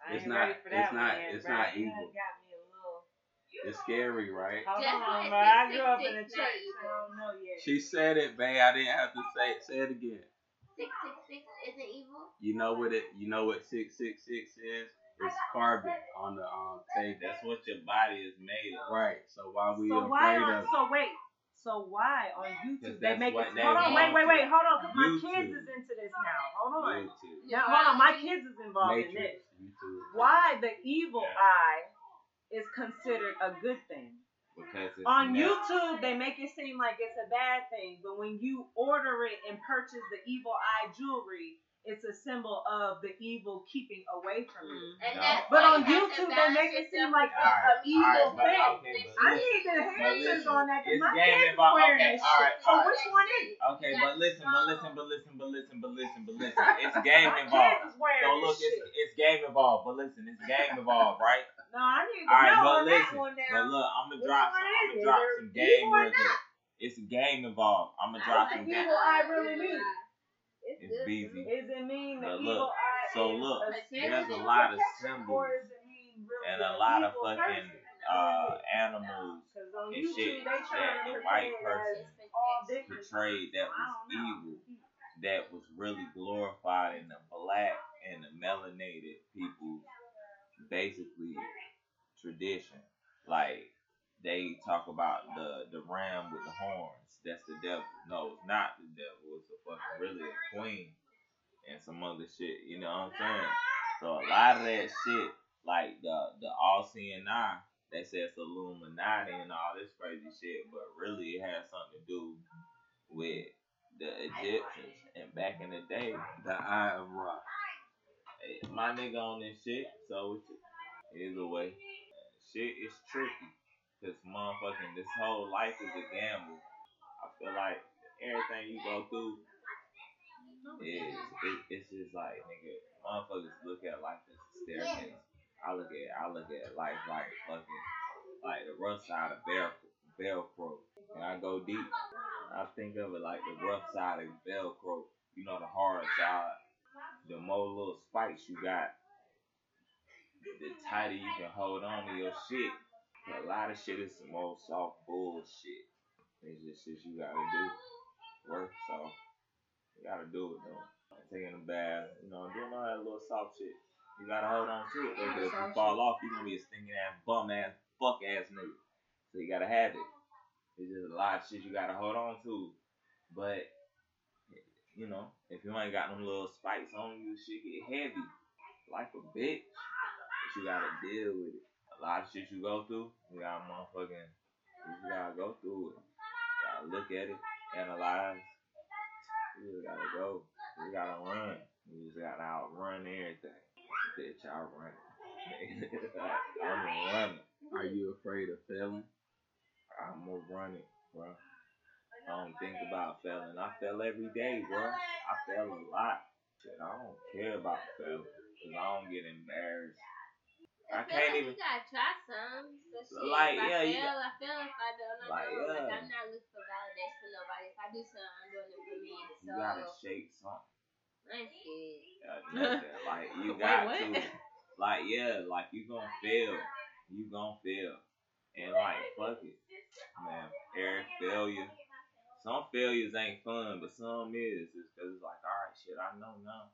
C: I
F: It's
C: ain't
F: not-
C: ready for that
F: it's not-
C: one yet,
F: it's
C: bro.
F: not
C: You done got
F: evil.
C: me a little-
F: It's scary, right?
C: Hold
D: Just
C: on,
D: like
C: bro. I
D: the
C: grew up in a
D: six-six
C: church.
D: lady.
C: I don't know yet.
F: She said it, babe. I didn't have to say it. Say it again.
D: Six six six isn't evil.
F: You know what it? You know what six six six is? It's carbon on the um table.
B: That's what your body is made of.
F: Right. So why we
C: so why
F: afraid
C: on?
F: of?
C: So wait. So why on
B: Because
C: YouTube they
B: that's
C: make it?
B: what
C: Hold
B: they
C: on. Wait,
B: want
C: wait,
B: to.
C: wait. Hold on, 'cause my
F: YouTube.
C: kids is into this now. Hold on.
F: YouTube.
C: Now, hold on. My kids is involved in this.
F: Matrix. YouTube.
C: Why the evil
B: Yeah.
C: eye is considered a good thing?
B: Because it's
C: on
B: never-
C: YouTube, they make it seem like it's a bad thing, but when you order it and purchase the evil eye jewelry, it's a symbol of the evil keeping away from
A: mm.
C: you.
D: And
B: No.
D: that's
C: But
D: why
C: on
D: you have to
C: YouTube, they
D: balance
C: make it
D: yourself
C: seem like
B: All right,
C: it's an evil
B: all right,
C: thing.
B: but- okay, but
C: I
B: listen.
C: need the
B: But
C: handles
B: listen,
C: on that because
B: it's
C: my
B: game
C: kids is
B: involved.
C: wearing
B: Okay,
C: that
B: all right,
C: shit. So
B: all
C: which one is it?
B: Okay, but listen, but listen, but listen, but listen, but listen, but
C: (laughs)
B: listen. It's game
C: My
B: involved.
C: kids is wearing
B: So look,
C: this
B: it's,
C: shit.
B: it's game involved. But listen, it's game involved, right?
C: No, I need to
B: All right,
C: know
B: but
C: on that
B: listen,
C: one now.
B: But look, I'm gonna
C: Which
B: drop
C: one
B: some. I'm
C: is
B: gonna
C: it?
B: drop
C: Either
B: some game
C: evil or
B: real quick. It's game involved. I'm gonna drop some
C: like
B: game. uh,
C: evil eye really mean?
D: It's
B: It's
D: good.
B: busy.
C: Is it mean the
B: But
C: evil
B: look,
C: eye
B: so
C: is
B: look,
C: a
D: there's
C: symbol
D: a
B: lot of
C: protection,
B: symbols
C: or is it mean really
B: and a
C: an
B: lot of
C: evil
B: fucking
C: person?
B: uh animals
C: Because on
B: and
C: YouTube,
B: shit
C: they trying
B: that
C: to
B: the
C: portray
B: white
C: it
B: person
C: as all different.
B: portrayed that was evil, that was really glorified in the black and the melanated people's basically tradition. Like they talk about the the ram with the horns. That's the devil. No, it's not the devil. It's a fucking really a queen and some other shit. You know what I'm saying? So a lot of that shit like the the all seeing eye. They say it's Illuminati and all this crazy shit, but really it has something to do with the Egyptians and back in the day,
F: The Eye of Ra.
B: eh, my nigga on this shit. So it's- either way, shit is tricky. Cause motherfucking this whole life is a gamble. I feel like everything you go through is it, it's just like nigga, motherfuckers look at life as a staircase. I look at I look at life like fucking like the rough side of Velcro. Velcro. And I go deep. I think of it like the rough side of Velcro. You know the hard side. The more little spikes you got, the tighter you can hold on to your shit. But a lot of shit is some old soft bullshit. It's just shit you gotta do. Work so you gotta do it though. Like taking a bath, you know, doing all that little soft shit. You gotta hold on to it though, 'cause if you fall off, you gonna be a stinking ass, bum ass, fuck ass nigga. So you gotta have it. It's just a lot of shit you gotta hold on to. But you know, if you ain't got them little spikes on you, shit get heavy. Like a bitch. But you gotta deal with it. A lot of shit you go through, you gotta motherfucking you gotta go through it. You gotta look at it, analyze. You just gotta go. You gotta run. You just gotta outrun everything. Bitch, I run (laughs) it. I'm a runner.
F: Are you afraid of failing?
B: I'm a runner, bro. I don't think about failing. I fail every day, bro. I fail a lot. Shit, I don't care about failing. Cause I don't get embarrassed. I can't
D: feel like
B: even-
D: You gotta try some. So shit,
B: Like,
D: if
B: yeah,
D: I
B: you
D: feel, I feel if I don't, I
B: Like,
D: don't. Like,
B: yeah.
D: I'm not looking for validation from nobody. If I do something, I'm doing it for me. So,
B: You gotta shake something.
D: I ain't scared.
B: Yeah, nothing. like
F: (laughs)
B: you
A: Wait,
B: got
A: what? (laughs)
B: to. Like yeah, like you gonna fail. You gonna fail. And like fuck it. Man, every failure. Some failures ain't fun, but some is. It's cause it's like, alright shit, I know now.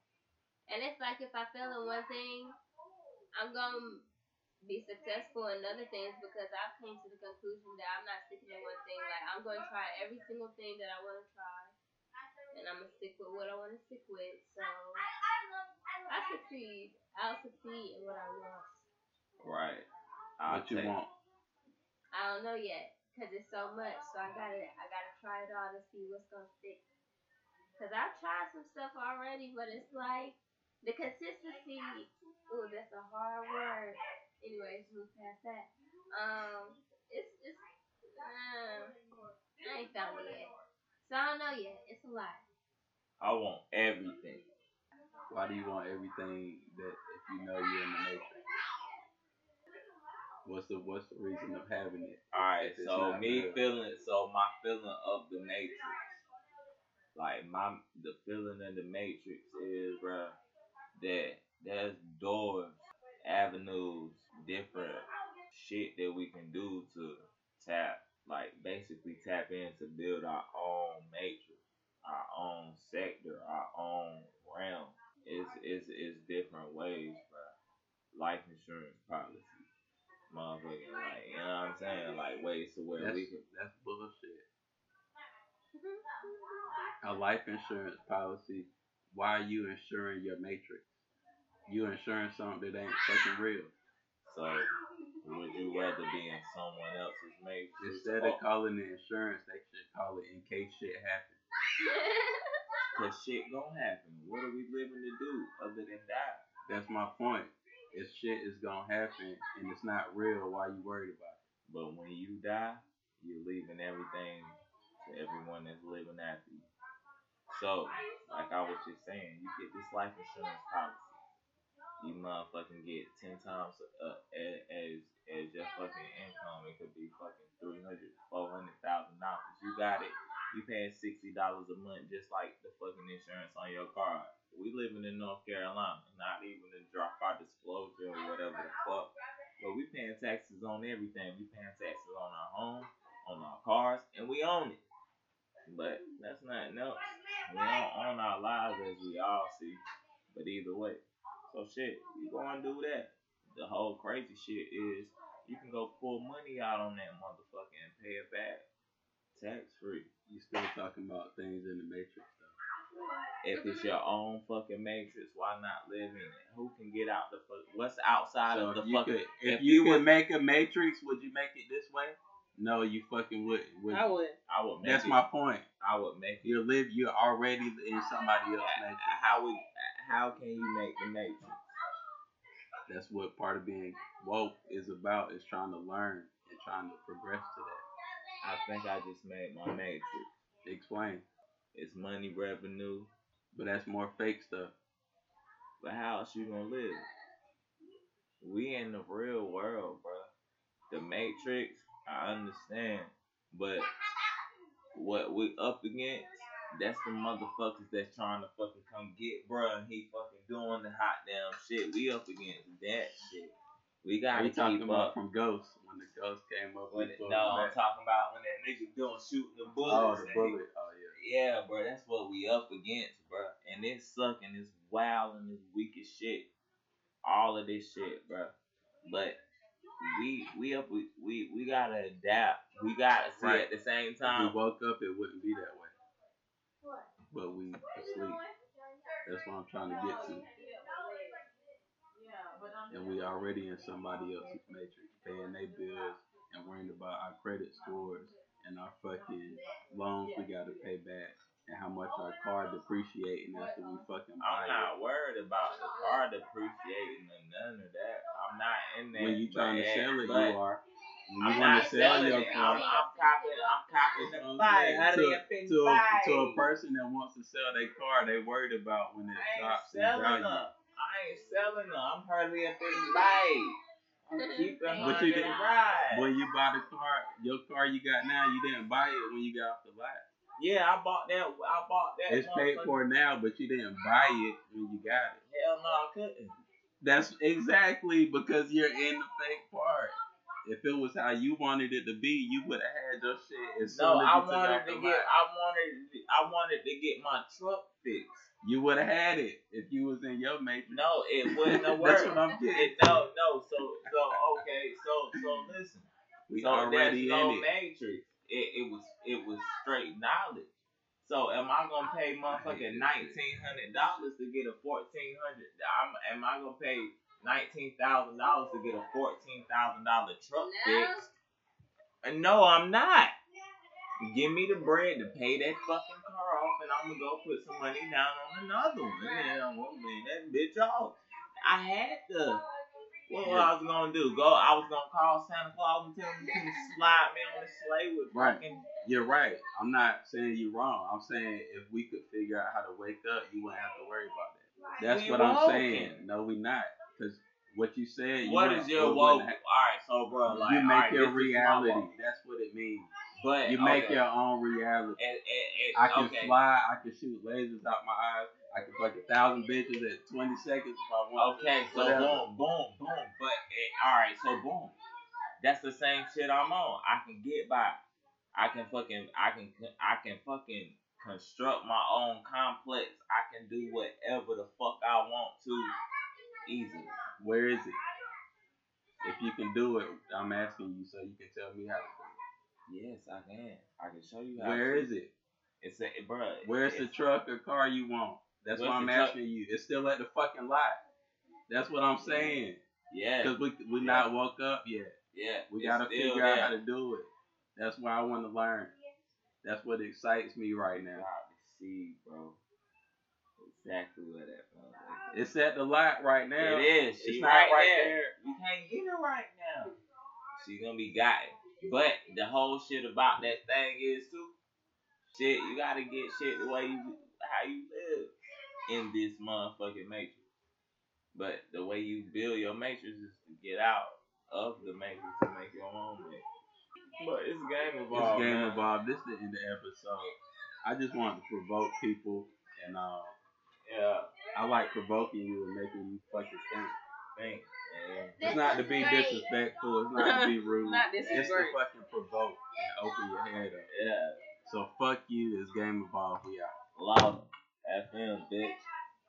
D: And it's like if I fail in one thing, I'm gonna be successful in other things because I've came to the conclusion that I'm not sticking to one thing. Like I'm gonna try every single thing that I wanna try. And I'm gonna stick with what I wanna stick with. So I succeed. I'll succeed in what I want.
B: Right. I'll
F: What you
B: take-
F: want?
D: I don't know yet, 'cause it's so much. So I gotta I gotta try it all to see what's gonna stick. Cause I've tried some stuff already, but it's like the consistency. Ooh, that's a hard word. Anyways, move past that. Um, it's it's uh, I ain't found it yet. So I don't know yet. It's a
F: (laughs)
D: lot.
B: I want everything.
F: Why do you want everything that if you know you're in the matrix? What's the what's the reason of having it?
B: Alright,
F: If it's
B: so
F: not
B: me
F: good.
B: feeling so my feeling of the matrix. Like my the feeling of the matrix is bruh that there's doors, avenues, different shit that we can do to tap like basically tap in to build our own matrix, our own sector, our own realm. It's it's it's different ways, bruh. Life insurance policy. Motherfucking like you know what I'm saying? Like ways to where
F: That's,
B: we can
F: that's bullshit. A life insurance policy. Why are you insuring your matrix? You insuring something that ain't fucking real.
B: So, would you rather be in someone else's matrix? Oh,
F: Instead of calling it insurance, they should call it in case shit happens.
B: Because shit gonna happen. What are we living to do other than die?
F: That's my point. If shit is gonna happen and it's not real, why you worried about it?
B: But when you die, you're leaving everything to everyone that's living after you. So, like I was just saying, you get this life insurance policy. You motherfucking get ten times uh, as as as your fucking income. It could be fucking three hundred, four hundred thousand dollars. You got it. You paying sixty dollars a month, just like the fucking insurance on your car. We living in North Carolina, not even to drop our disclosure or whatever the fuck. But we paying taxes on everything. We paying taxes on our home, on our cars, and we own it. But that's not else. We don't own our lives as we all see. But either way. So shit, you go and do that. The whole crazy shit is you can go pull money out on that motherfucker and pay it back. Tax free.
F: You still talking about things in the matrix though.
B: If it's your own fucking matrix, why not live in it? Who can get out the fuck? What's outside
F: So
B: of the
F: if you
B: fucking?
F: could, if,
B: if
F: you
B: you
F: would
B: could-
F: make a matrix, would you make it this way? No, you fucking wouldn't. would
E: I
F: you?
E: would.
B: I would make
F: That's
B: it.
F: my point.
B: I would make it.
F: You're live. You're already in somebody else's matrix.
B: How would? How can you make the matrix?
F: That's what part of being woke is about. Is trying to learn and trying to progress to that.
B: I think I just made my matrix.
F: Explain.
B: It's money, revenue,
F: But that's more fake stuff.
B: But how else you gonna live? We in the real world, bro. The Matrix, I understand, but what we up against, that's the motherfuckers that's trying to fucking come get, bro. And he fucking doing the hot damn shit. We up against that shit. We
F: Are
B: gotta
F: you talking
B: keep
F: about
B: up.
F: from Ghost when the Ghost came up?
B: When it,
F: with the
B: no, I'm
F: bullet?
B: talking about when that nigga doing shooting the
F: oh
B: bullets.
F: the
B: and he
F: bullet. Oh yeah.
B: yeah, bro, that's what we up against, bro. And it's sucking, it's wild, and it's weak as shit. All of this shit, bro. But we we up we we, we gotta adapt. We gotta see
F: Right.
B: at the same
F: If
B: time.
F: we woke up, it wouldn't be that way. But we asleep. That's what I'm trying to get to. and we already in somebody else's matrix, paying their bills and worrying about our credit scores and our fucking loans we gotta pay back and how much our car depreciating after we fucking
B: I'm
F: buy
B: not worried about the car depreciating or none of that. I'm not in
F: it.
B: that.
F: When you trying to
B: bad,
F: sell it, you
B: but
F: are.
B: I'm
F: When you want
B: not
F: to sell
B: selling it.
F: your
B: I'm,
F: car
B: I'm copping. I'm copping
F: That's what I'm
B: the
F: saying.
B: five hundred
F: To-
B: and fifty
F: to a,
B: five.
F: to a person that wants to sell their car, they worried about when it
B: I ain't
F: drops in
B: selling
F: value.
B: them. I ain't selling them. I'm hardly up in the light.
F: (laughs)
B: I'm keeping
F: But
B: but you
F: you didn't-
B: ride.
F: When you buy the car, your car you got now, you didn't buy it when you got off the lot.
B: yeah, I bought that. I bought that.
F: It's paid
B: motherfucker.
F: for now, but you didn't buy it when you got it.
B: Hell no, I couldn't.
F: That's exactly because you're in the fake part. If it was how you wanted it to be, you would have had your shit as soon
B: No,
F: as
B: I
F: you took
B: wanted
F: out
B: to
F: the
B: get.
F: lot.
B: I wanted. I wanted to get my truck fixed.
F: You would have had it if you was in your matrix.
B: No, it
F: (laughs)
B: wouldn't have
F: That's
B: worked.
F: what I'm
B: It-
F: getting.
B: no, no. So, so okay. So, so listen.
F: We
B: so
F: already
B: there's no
F: in it.
B: matrix. It, it was it was straight knowledge. So am I gonna pay motherfucking nineteen hundred dollars to get a fourteen hundred? Am I gonna pay nineteen thousand dollars to get a fourteen thousand dollar truck
D: No.
B: fixed? Uh, No, I'm not. Give me the bread to pay that fucking car off, and I'm gonna go put some money down on another one. And then I'm gonna pay that bitch off. I had to. What was I was gonna do? Go? I was gonna call Santa Claus and tell him to slide me on the sleigh with
F: Right.
B: fucking.
F: You're right. I'm not saying you're wrong. I'm saying if we could figure out how to wake up, you wouldn't have to worry about that. That's
B: We
F: what I'm
B: woken.
F: saying. No, we not. Because what you said, you
B: What
F: wouldn't-
B: is
F: we
B: your woke?
F: wouldn't
B: All right, so bro,
F: have-
B: like
F: you make
B: alright, this
F: your
B: is my
F: reality.
B: woke.
F: That's what it means.
B: But
F: You make
B: okay.
F: your own reality.
B: And, and, and,
F: I can
B: okay.
F: fly. I can shoot lasers out my eyes. I can fuck a thousand bitches at 20 seconds if I want.
B: Okay, so
F: Whatever.
B: boom, boom, boom. But eh, all right, so boom. That's the same shit I'm on. I can get by. I can fucking, I can, I can fucking construct my own complex. I can do whatever the fuck I want to, easily.
F: Where is it? If you can do it, I'm asking you so you can tell me how. to
B: Yes, I can. I can show you
F: do it.
B: how.
F: Where
B: to-
F: is it?
B: It's a, bro.
F: Where's the truck or car you want? That's what
B: Where's
F: I'm
B: the truck?
F: asking you. It's still at the fucking lot. That's what I'm saying.
B: Yeah,
F: Cause we we not woke up yet.
B: yeah.
F: We
B: it's
F: gotta
B: still
F: figure out
B: there.
F: how to do it. That's why I want to learn. That's what excites me right
B: God,
F: now.
B: to see, bro. Exactly where that felt like.
F: It's at the lot right now.
B: it is.
F: It's
B: She's
F: not
B: right,
F: right
B: there. You can't get her right now. She's gonna be gotten. But the whole shit about that thing is too. Shit, you gotta get shit the way you how you live in this motherfucking matrix. But the way you build your matrix is to get out of the matrix to make your own matrix. But it's game
F: This
B: evolved.
F: game
B: man.
F: evolved. This the end of the episode. I just wanted to provoke people, and uh,
B: Yeah.
F: I like provoking you and making you fucking think.
B: Thanks. Yeah.
D: This
F: It's not to
D: was
F: be
D: great.
F: disrespectful. It's not to be rude.
E: Not this
F: It's
E: is
F: to
E: great.
F: fucking provoke and open your head up.
B: Yeah.
F: So fuck you. This game evolved. We out.
B: Love. FM, bitch.